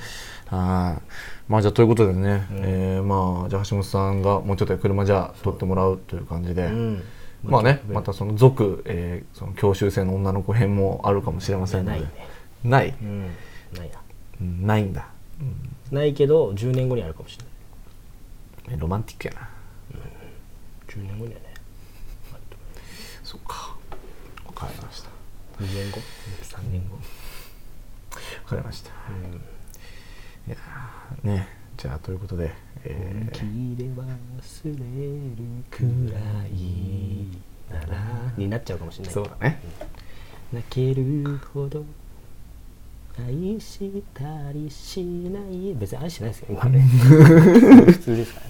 はいまあじゃあということでね、えーまあじゃあ橋本さんがもうちょっとで車じゃあ取ってもらうという感じで、
ん
まあねまたその族、えーその教習生の女の子編もあるかもしれませんので
いや
ない
うん、ないな
うんないんだ、
ないけど10年後にあるかもしれない
えロマンティックやな
10年後にはね
そうかわかりました
2年後3年後
わかりました、いやーねじゃあということで、えー
本気で忘れるくらいならになっちゃうかもしれない
そうだね
泣けるほど愛したりしない別に愛してないですよ今ね普通ですから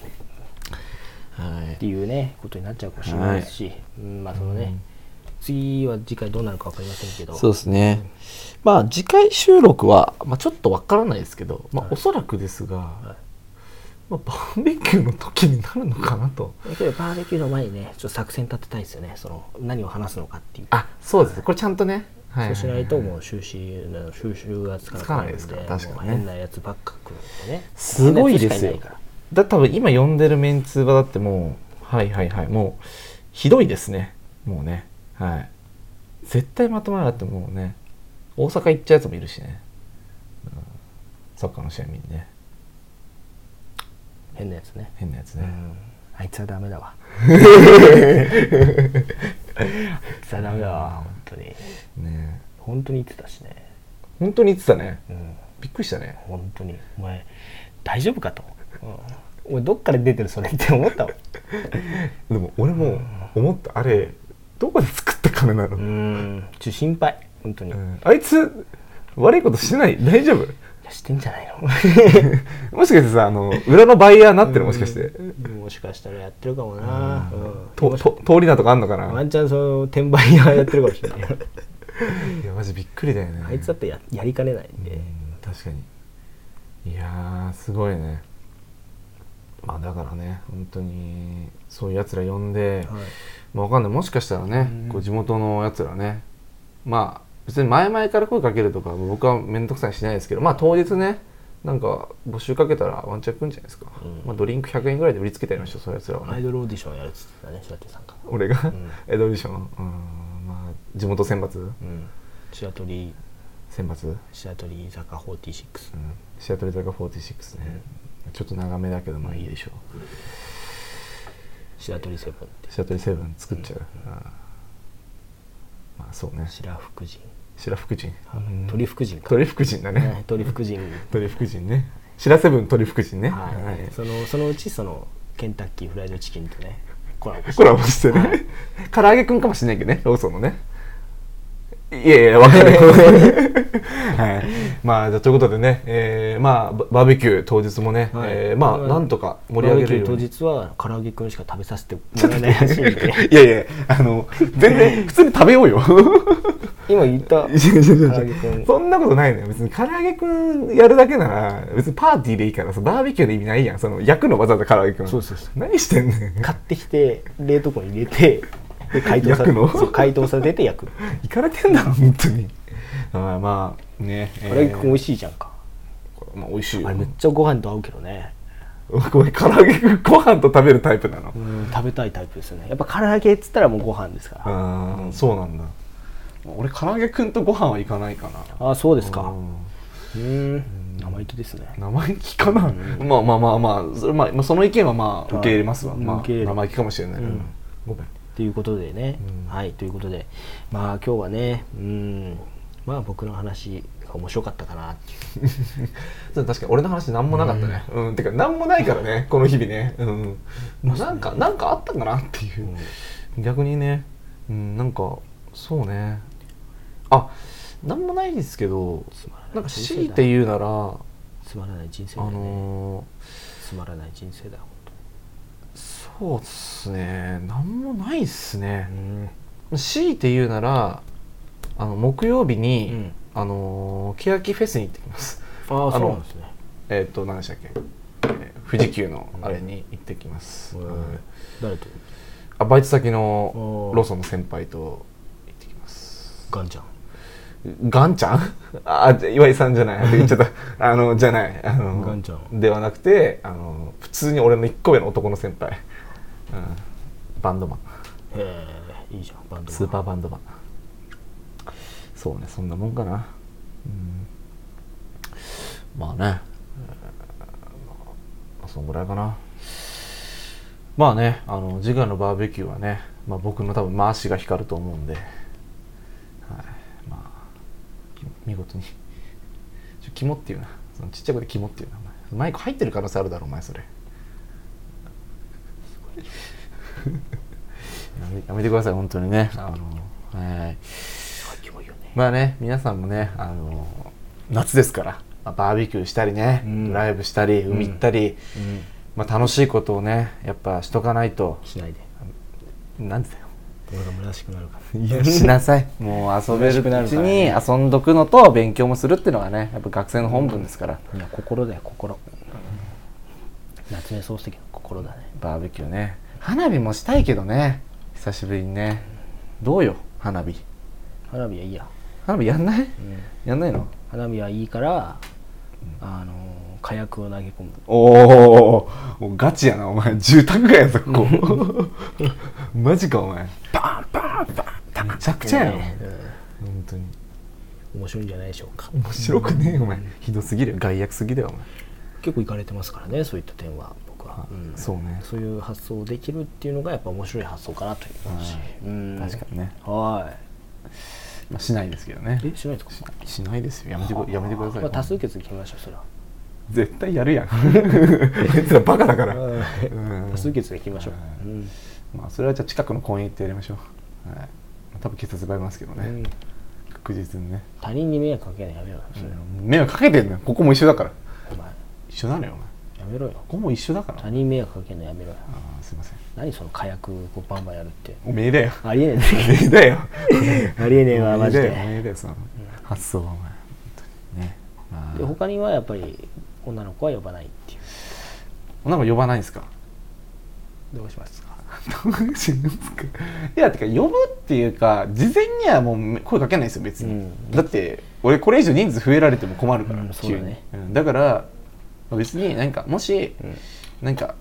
ね
はい
っていうねことになっちゃうかもしれないですし、うんまあそのね、次は次回どうなるか分かりませんけど
そうですねまあ次回収録は、まあ、ちょっとわからないですけど、まあ、おそらくですが、まあ、バーベキューの時になるのかなと
だけどバーベキューの前にねちょっと作戦立てたいですよねその何を話すのかっていう
あそうですねこれちゃんとね、はい
そうしないともう収集の収集がつかなくなるん
つかないですから確かにね
もう変なやつばっか来るんでね
すごい
変
です
なやつ
よ
しかな
だ多分今呼んでるメンツはだってもうはいはいはいもうひどいですね
い
もうねはい絶対まとまらなかったらもうね大阪行っちゃうやつもいるしね、うんサッカーの試合見にね
変なやつね、
変なやつ
う
ね、
ん、あいつはダメだわあいつはダメだわ本当に
ね
本当に言ってたしね
本当に言ってたね
うん
びっくりしたね
本当にお前大丈夫かと、うん、俺どっから出てるそれって思ったもん
でも俺も思ったあれどこで作った金なの、
うんちょっと心配本当に、
うんあいつ悪いことしてない大丈夫
してんじゃない
もしかしてさあの裏のバイヤーになってるもしかして、
のもしかしたらやってるかもな、うん
とと通りなとかあんのかな、
ワンチャンその転売屋やってるかもしれない
いやマジびっくりだよね
あいつだってややりかねないん
う
で、
ん確かにいやーすごいねまあだからね本当にそういうやつら呼んで、
はい
まあわかんないもしかしたらね、
うん
こう地元のやつらねまあ別に前々から声かけるとか僕は面倒くさいしないですけどまあ当日ねなんか募集かけたらワンチャン来るんじゃないですか、
うん
まあ、ドリンク100円ぐらいで売りつけたりましょうそういうやつらはね
アイドルオーディションやるっつってたねシアトリさんが
俺が、
ん
エドリション、うんまあ、地元選抜
うんシアトリ
選抜、うん、
シアトリ坂46
シアトル坂46ね、ちょっと長めだけどまあいいでしょう
シアトリセブンって
シアトルセブン作っちゃう、うんまあそうね
白福神
白福神、うん
鳥福神か
鳥福神だね、
ね鳥福
[LAUGHS]
神
鳥福神ね白セブン鳥福神ね、
はい、
はい
そのそのうちそのケンタッキーフライドチキンとねコラボして
コラボしてね [LAUGHS] 唐揚げくんかもしれないけどねローソンのねいやいやわか
[LAUGHS]
んないはいまあじゃあということでね、えーまあババーベキュー当日もね、
はい
えーまあ
はい
なんとか盛り上げれるよ
バ
う
ーベ
に
キュー当日は唐揚げくんしか食べさせてもらえないらしいんで
[LAUGHS] いやいやあの全 [LAUGHS] 然普通に食べようよ
今言った
いやいやい
唐
や
揚
い
げ
や
くん
そんなことないのよ別に唐揚げくんやるだけなら別にパーティーでいいからさバーベキューで意味ないやんその焼くのわざわざ唐揚げくん
そうそうそう
何してんねん
買ってきて冷凍庫に入れてで解凍さ
焼くの
そう解凍されて焼く
行かれてんだろ本当にあまあねえ
唐揚げくん美味
しい、
しいじゃんか、
まあ、美味しいよ
あれめっちゃご飯と合うけどね、
ごめん唐揚げくんご飯と食べるタイプなの
うん、食べたいタイプですよねやっぱ唐揚げっつったらもうご飯ですから、
ああそうなんだ俺唐揚げくんとご飯はいかないかな
ああそうですか
う
うんーん生意気ですね
生意気かな、まあまあまあまあそれ、まあまあ、その意見はまあ
はい
受け入れますわ、
うん
まあ、
受け入れる
生意気かもしれない、
うん
うんごめん
ということでね、
うん
はいということでまあ今日はねうんまあ僕の話が面白かったかなっていう
そう確かに俺の話何もなかったねうん、てか何もないからねこの日々ねうん、まあ、なんかなんかあったんかなっていう、逆にね、うん、なんかそうねあ何もないですけど
つまらない
なんか強いて言うなら、
つまらない人生
あ
だよね、
の
つまらない人生だよ
ーそうっすね何もないっす
本当
ね、
に
強いて言うならあの木曜日に、
うん
あのー、欅フェスに行ってきます
ああ
あ
そう
の
なんですね
えっ、と何でしたっけ、えー富士急のあれに行ってきます、はい
誰と
あバイト先の
おー
ローソンの先輩と行ってきます
ガンちゃん
ガンちゃんあじゃ岩井さんじゃない言っちゃった
[LAUGHS]
あのじゃないあの
ガンちゃん
ではなくてあの普通に俺の1個上の男の先輩、うん、バンドマン
ええいいじゃんバンド
スーパーバンドマンそうねそんなもんかな、うん、まあね、まあ、そんぐらいかなまあねあの次回のバーベキューはね、まあ、僕の多分回しが光ると思うんで、はい、まあき見事にちょ肝っていうなそのちっちゃい声で肝っていうなお前マイク入ってる可能性あるだろお前それやめやめてください本当にねあのはい
キモいよね
まあね皆さんもねあの夏ですから、まあバーベキューしたりね、
うん
ライブしたり海行ったり、
うん
まあ、楽しいことをねやっぱしとかないと
しないで
なんてだよ
俺が虚しくなるか
[LAUGHS] し
[LAUGHS]
なさいもう遊べるうちに遊んどくのと勉強もするっていうのがねやっぱ学生の本分ですから、
らいや心だよ心夏目漱石の心だね
バーベキューね花火もしたいけどね久しぶりにねどうよ花火
花火はいいや、
花火やんない
うん
やんないの
花火はいいから、あのー火薬を投げ込む
おおガチやなお前住宅街やぞここマジかお前
バーンバー
めちゃくちゃやん
ね
本当に
うん面白いんじゃないでしょうか
面白くねえよお前ひどすぎるよ害悪すぎだよお前
結構行かれてますからねそういった点は僕は、うん
そうね
そういう発想できるっていうのがやっぱ面白い発想かなという話、うん
確かにね、
は
まあ、しないですけどね
いえしないですか
しないですよやめてくやめてください、
まあ、多数決で決めましょうそれは
絶対やる
[LAUGHS]
やんあいつらバカだから、うん
多数決で決めましょう、うん
[LAUGHS] まあ、それはじゃあ近くの公園行ってやりましょう、はい、多分警察ばいますけどね、
うん
確実にね、
他人に迷惑かけないのやめろよ、それは
迷惑かけてんのよここも一緒だから
お前
一緒なのよお前
やめろよ
ここも一緒だから
他人迷惑かけないのやめろよ
ああすいません
何その火薬こうバンバンやるって
おめえだよ
ありえね
おめえだよ
えね [LAUGHS] ありえねえわ
おめ
マ
え
ジ
だよお
で
めえだよその発想はお前本当にねまあ
で他にはやっぱり女の子は呼ばないっていう
女の子呼ばないんですか
どうしますか
どうしますかいやてか呼ぶっていうか事前にはもう声かけないですよ別に、
うん
だって俺これ以上人数増えられても困るから、
うんそうだね
急にうんだからまあ別になんかもし、なんか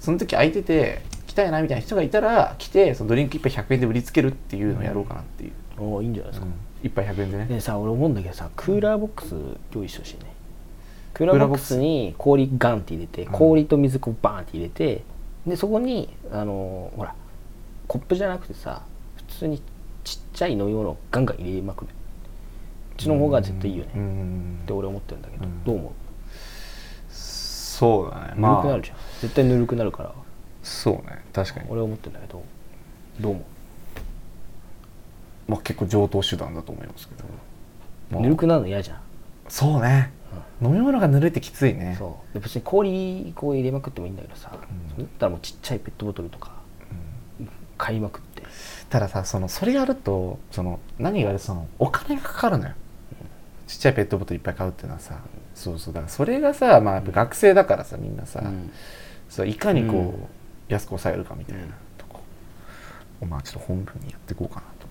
その時空いてて来たいなみたいな人がいたら来てそのドリンク1杯100円で売りつけるっていうのをやろうかなっていう、
おおいいんじゃないですか、
一1杯100円でね
でさ俺思うんだけどさクーラーボックス用意してほしいねクーラーボックスに氷ガンって入れて氷と水こうバーンって入れてでそこにあのーほらコップじゃなくてさ普通にちっちゃい飲み物をガンガン入れまくるうちの方が絶対いいよね
う
っ
ん
て俺思ってるんだけど、
うん
どう思う
そう
ぬ
だね
るくな
まあ
るじゃん、絶対ぬるくなるから
そうね確かに、
俺は思ってるんだけどどう思
まあ、結構上等手段だと思いますけど、
う、
まあ
ぬるくなるの嫌じゃん
そうね、飲み物がぬるいってきついね
そうで別に氷こう入れまくってもいいんだけどさ、それだったらもうちっちゃいペットボトルとか買いまくって
たださそのそれやるとその何があれそのお金がかかるのよ、ちっちゃいペットボトルいっぱい買うっていうのはさそうそうだからそれがさ、まあ、やっぱ学生だからさみんなさ、
うん
そういかにこう、
うん
安く抑えるかみたいな
うん
とこ、まあちょっと本文にやっていこうかなと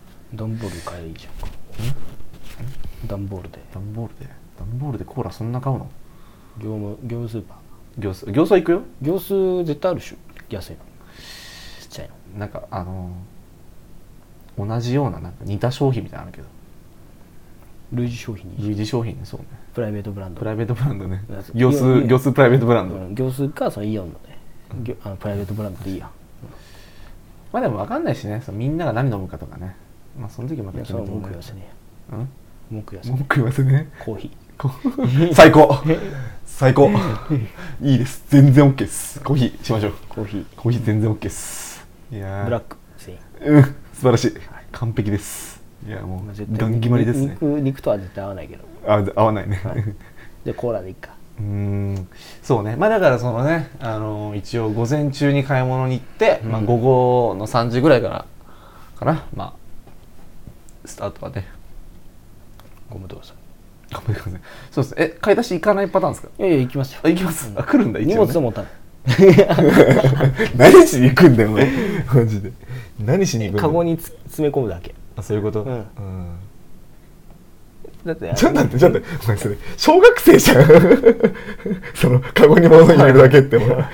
段ボール買えばいいじゃん段ボールで
段ボールで段ボールでコーラそんな買うの
業務業務スーパー
行数行数行くよ
業数絶対あるでしょ安いのちっちゃいの
なんかあのー同じようななんか似た商品みたいなのあるけど
類似商品に
類似商品ねそうね
プライベートブランド
プライベートブランドね
うん
行
いやい
数
や
行数プライベートブランド、
うん業数かそのイオンのね業あのプライベートブランドでいいや
まあでも分かんないしねそのみんなが何飲むかとかねまあその時ま
い
た
や
決
それ
め
は文
ても
句言
らえる
わせね
うん
え文句言わせ
文
ね
句言わせね
えコーヒ
こ
[LAUGHS]
最高最高いいです全然 OK ですコーヒーしましょう
ーコーヒー
コーヒー全然 OK ですいやー
ブラック全員
うん素晴らしい完璧ですいやも
まあ
うガン決まりですね
肉肉とは絶対合わないけど
あ合わないね、
でコーラでいいか
うーんそうねまあだからそのね、あのー一応午前中に買い物に行って、まあ、午後の3時ぐらいからかなまあスタートはね
ごめんなさ
ごめんなさいそうですえ買い出し行かないパターンですか
いいやいや行きますよ
あ行きます、あ来るんだ一応、ね、
荷物を持たない
[LAUGHS] 何しに行くんだよお前マジで何しに行くんだ
カ
よ
ゴにつ詰め込むだけ
あそういうこと、
うん
ん
だってあれ
ちょっと待ってちょっと待ってお前それ小学生じゃん [LAUGHS] そのカゴに物入れるだけってお前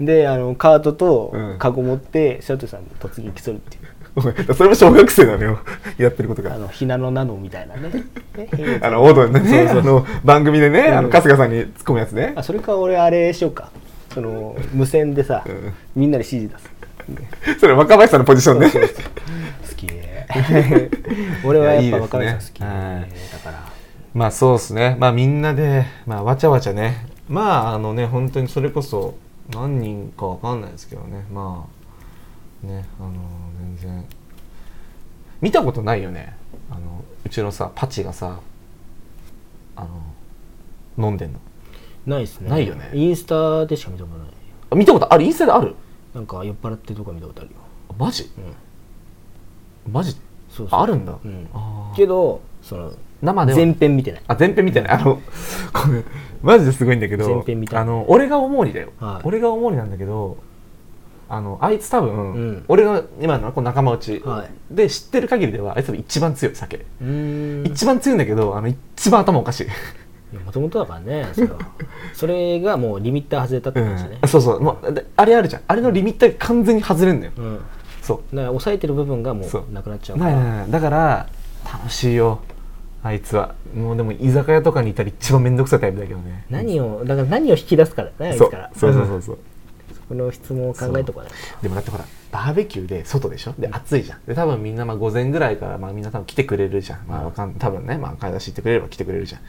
であのカートと
うん
カゴ持ってシャトさんに突撃するっていう、
お前それも小学生なのよやってることが
あのひなのなのみたいなねね [LAUGHS]
あの、オードのね、あの、番組でね、あの、
うん
春日さんに突っ込むやつね
あ。それか俺あれしようかその無線でさ、
ん
みんなで指示出す
それ、若林さんのポジションね。
好き [LAUGHS] 俺はやっぱ若
いやいい
林
で
さん
す
好き
ねはい
だから
まあそうですねまあみんなでまあわちゃわちゃねまああのね本当にそれこそ何人かわかんないですけどねまあねあの全然見たことないよねあのうちのさパチがさあの飲んでんの
ないですね
ないよね
インスタでしか見たことない
あ見たことあるインスタである
なんか酔っ払ってるとか見たことあるよ
あマジ、マジ
そうそう
あるんだ、
うん
あー
けどその
生では
全編見てない
あ、前編みたいな。あの、これ、マジですごいんだけど、
前編みたい
あの、俺が思うにだよ。
はい
俺が思うになんだけど、あの、あいつ多分、
うん
俺が今のこう仲間内、
はい
で知ってる限りでは、あいつ多分一番強い、酒。
うーん
一番強いんだけど、あの、一番頭おか
[LAUGHS]
しい。
もともとだからねそれ
[LAUGHS]
はそれがもうリミッター外れたって
う
感じね
ん、そうそう、もうであれあるじゃん。あれのリミッターが完全に外れんだよ。
うん
そ
だから抑えてる部分がも
そう
うなくなっちゃ
う
うか
ない
ら
ないないだから楽しいよあいつはもうでも居酒屋とかにいたら一番面倒くさいタイプだけどね
何をだから何を引き出すからねあいつ
そう
から
そうそうそうそう
そこの質問を考えとかね
でもだってほらバーベキューで外でしょで暑いじゃんで多分みんなまあ午前ぐらいからまあみんな多分来てくれるじゃんまあわかん多分ねまあ買い出し行ってくれれば来てくれるじゃん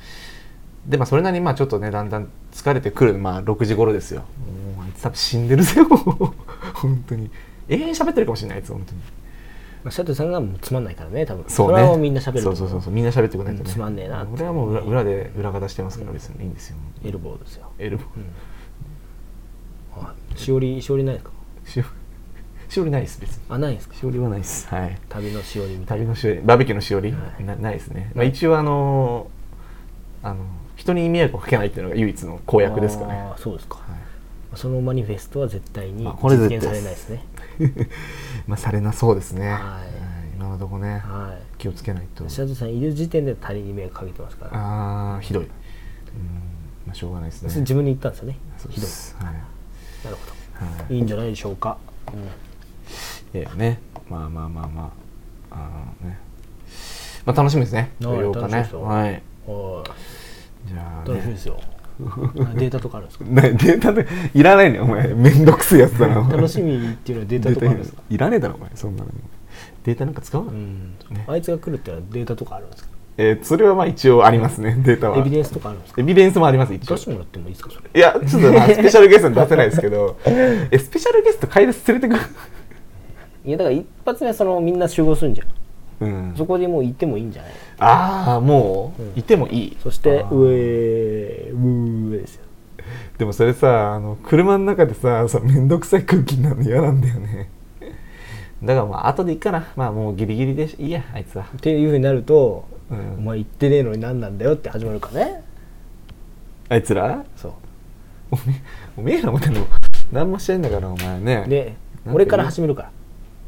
でまあそれなりにまあちょっとねだんだん疲れてくるまあ6時頃ですよもうあいつ多分死んでるぜもう [LAUGHS] 本当に永遠に喋ってるかもしれないあいつ本当に
まあシャトルさんがもうつまんないからね多分
そう
れ
ね
はもうみんな喋る
そうそうそうそうみんな喋ってくれないとね、
うんつまんねえなって
俺はもう裏裏で裏方してますから別にいいんですよ
エルボーですよ
エルボー
はいしおりしおりないですか
しおしおりないです別に
あないんですか
しおりはないですはい
旅のしおりみたい
旅
な
のしおりバーベキューのしおり、
はい
なないですね、まあ、一応あのあの人に迷惑をかけないっていうのが唯一の公約ですかね、
あーそうですか、
はい
そのマニフェストは絶対に
まあこれ絶
実
対
現
です
されないですね、
まあされなそうですね、
はい
い今のとこね、
は
気をつけないと
いシャトルさんいる時点で他人に迷惑かけてますから
ああひどい、うんまあ、しょうがないですね
それ自分に言ったんですよね
そう
ひ
で
どい
すはい
なるほ
はい
どいいんじゃないでしょうか、
いやねまあまあまあまああのねまあ楽しみですね
はい
8日
楽しみです
ね
よ
はい
おー
じゃあ、
楽しみ
ね、
ですよ
[LAUGHS]
データとかあるんですか
ねデータでいらないねお前めんどくせえやつだなお前
楽しみっていうのはデータ
デ
とかあるんで
ー
すか
タいらねえだろお前そんなのデータなんか [LAUGHS] 使うの、
うん
ね
あいつが来るっていうのはデータとかあるんですか
えーそれはまあ一応あります [LAUGHS] ねデータは
エビデンスとかあるんですか
エビデンスもあります一応
出してもらってもいいですかそれ
いやちょっと [LAUGHS] なスペシャルゲストに出せないですけどえスペシャルゲスト買い出し連れて
いやだから一発目そのみんな集合するんじゃん
くうん
そこでもう行ってもいいんじゃない
ああもういてもいい
そして
あー
上へうーですよ
でもそれさあの車の中でささ面倒くさい空気になるの嫌なんだよねだからまあ後でいいかなまあもうギリギリでいいやあいつは
っていうふうになると、
うん
お前行ってねえのに何なんだよって始まるからね
あいつら
そ
おめおめえらもでも何もしてんだからお前ね
うで
なんか
俺から始めるか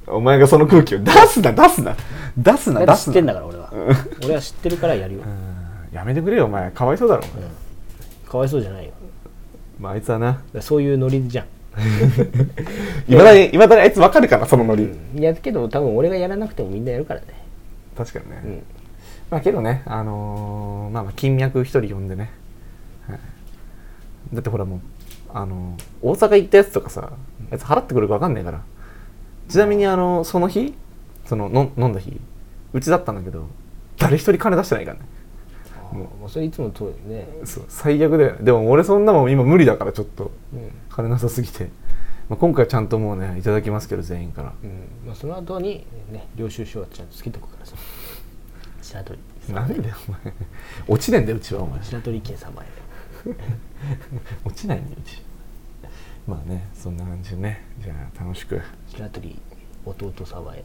お前がその空気を出すな出すな出す
ら
な出
だって知
す
ってん
な
だから俺は俺は知ってるからやるよ
うんやめてくれよお前かわいそうだろ、お前
かわいそうじゃないよ
まああいつはな
だからそういうノリじゃん
いまだにいまだにあいつわかるからそのノリ、
いやけど多分俺がやらなくてもみんなやるからね
確かにね、
うん
まあけどねあのーまあまあ金脈一人呼んでね、はいだってほらもうあのー大阪行ったやつとかさあいつ払ってくるか分かんないからちなみにあのーその日そのの飲んだ日うちだったんだけど誰一人金出してないからね
もうそれいつも通りね、
そう最悪だよねでも俺そんなもん今無理だからちょっと
うん
金なさすぎて、まあ、今回はちゃんともうねいただきますけど全員から
うんまあ、その後にね領収書はちゃんとつけとくからさ白鳥
何だよお前落ちねえんだようちはお前
白鳥券3枚
落ちないんだようちまあねそんな感じでねじゃあ楽しく
白鳥弟様へ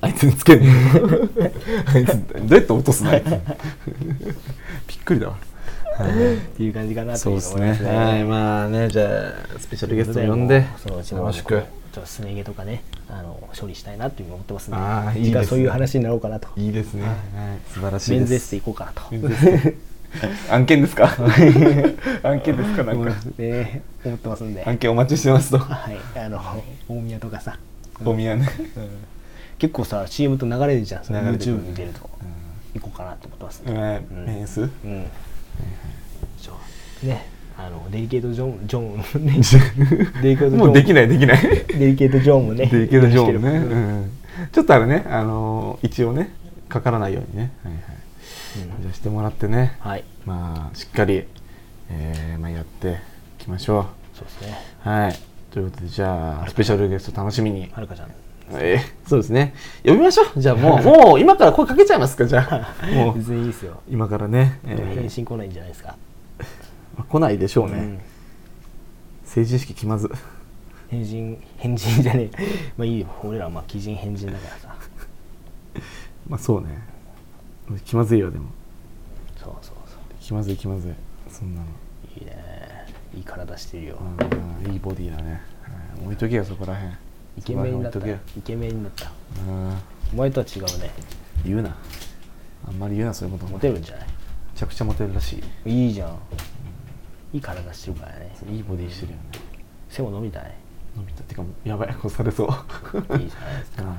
あいつにつけるあいつどうやって落とす [LAUGHS] のあいつびっくりだわ
っていう感じかなと
そう
い
で
う
す
思い
ね
ますね
はいまあねじゃあスペシャルゲストを呼んで
そのうちも
楽しく
ちょっとすね毛とかねあの処理したいなっていうふうに思ってますんで
ああいいですね
次回そういう話になろうかなと
いいですね、はい、素晴らしい
メ
で
ン
す
ズエステ行こうかなと、
案件ですか
[LAUGHS]
案件ですかなんか
ね、思ってます
[LAUGHS]
んで、は
案
い、
件お待ちしてますと
あの大宮とかさ
ゴミ屋ね
結構さ CM と流れるじゃんその
流れてくる
YouTube 見てると、行こうかなと思ってますん
う
で
ん
ん
メンス
うんそうねあのデリケートジョンジョン
[LAUGHS]
ねデリケートジョン
もうできないできない
デリケートジョンもね
できるジョーンね、
生きてる
うん、ちょっとあれねあのー一応ねかからないようにね、はいはいじゃあしてもらってね
はい
まあしっかり、えーまあ、やっていきましょ
そうですね
うはいということでじゃあスペシャルゲスト楽しみに
はるかちゃん
えーそうですね呼びましょうじゃあもうもう今から声かけちゃいますかじゃあもう
全然いいですよ
今からね、え
でも返
ー
信来ないんじゃないですか、
来ないでしょうね、
うん
成人式気まず
変人変人じゃねえ [LAUGHS] まあいいよ俺らはまあ鬼人変人だからさ
[LAUGHS] まあそうね気まずいよでも
そうそうそ
気まずい気まずいそんなの
ういいねいい体してるよ、
うんいいボディだね、うん置いとけよそこらへん
イケメンになっ
そ
た
こらへん
イ
置いと
ケメンになった
けようん
お前とは違うね
言うなあんまり言うなそういうこと
モ
も
テ
め
るんじゃない
ちゃくちゃモテるらしい
いいじゃんいい体してるからね
いいボディしてるよね
背も伸びたね
飲みたいてかやばい干されそ
い
う
いじゃない
[LAUGHS]
ですか
はい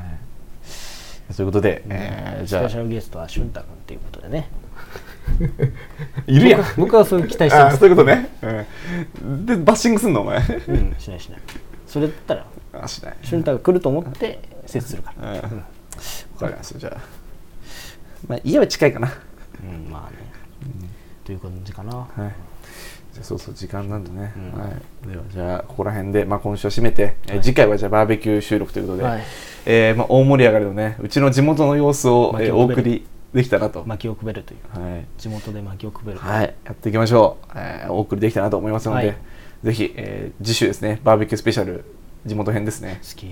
ということで、えーじ
ス
ゃ
ペ
あ
シャルゲストは俊太君っていうことでね
いるやん
僕は僕はそういう期待して
あ
ま
ー
す
そういうことね、うん、でバッシングすんのお前
うんしないしないそれだったら
あしない
俊太が来ると思って接するか
うん
ら
わかりましたじゃあまあ家は近いかな
うんまあねという感じかな
はい。じゃあそうそう時間なんでね、
ん
はい、ではじゃあここら辺で、まあ、今週は締めて、えー次回はじゃあバーベキュー収録ということで、
はい
えーまあ、大盛り上がりのねうちの地元の様子を、
巻き
えー
を
お
くべる
送りできたなと、
薪をくべるという
はい
地元で薪をくべる
はい、やっていきましょう、えーお送りできたなと思いますので、
はい
ぜひ、えー次週ですねバーベキュースペシャル地元編ですね
好き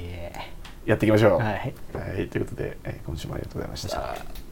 やっていきましょう、
はい
はいということで、えー今週もありがとうございました。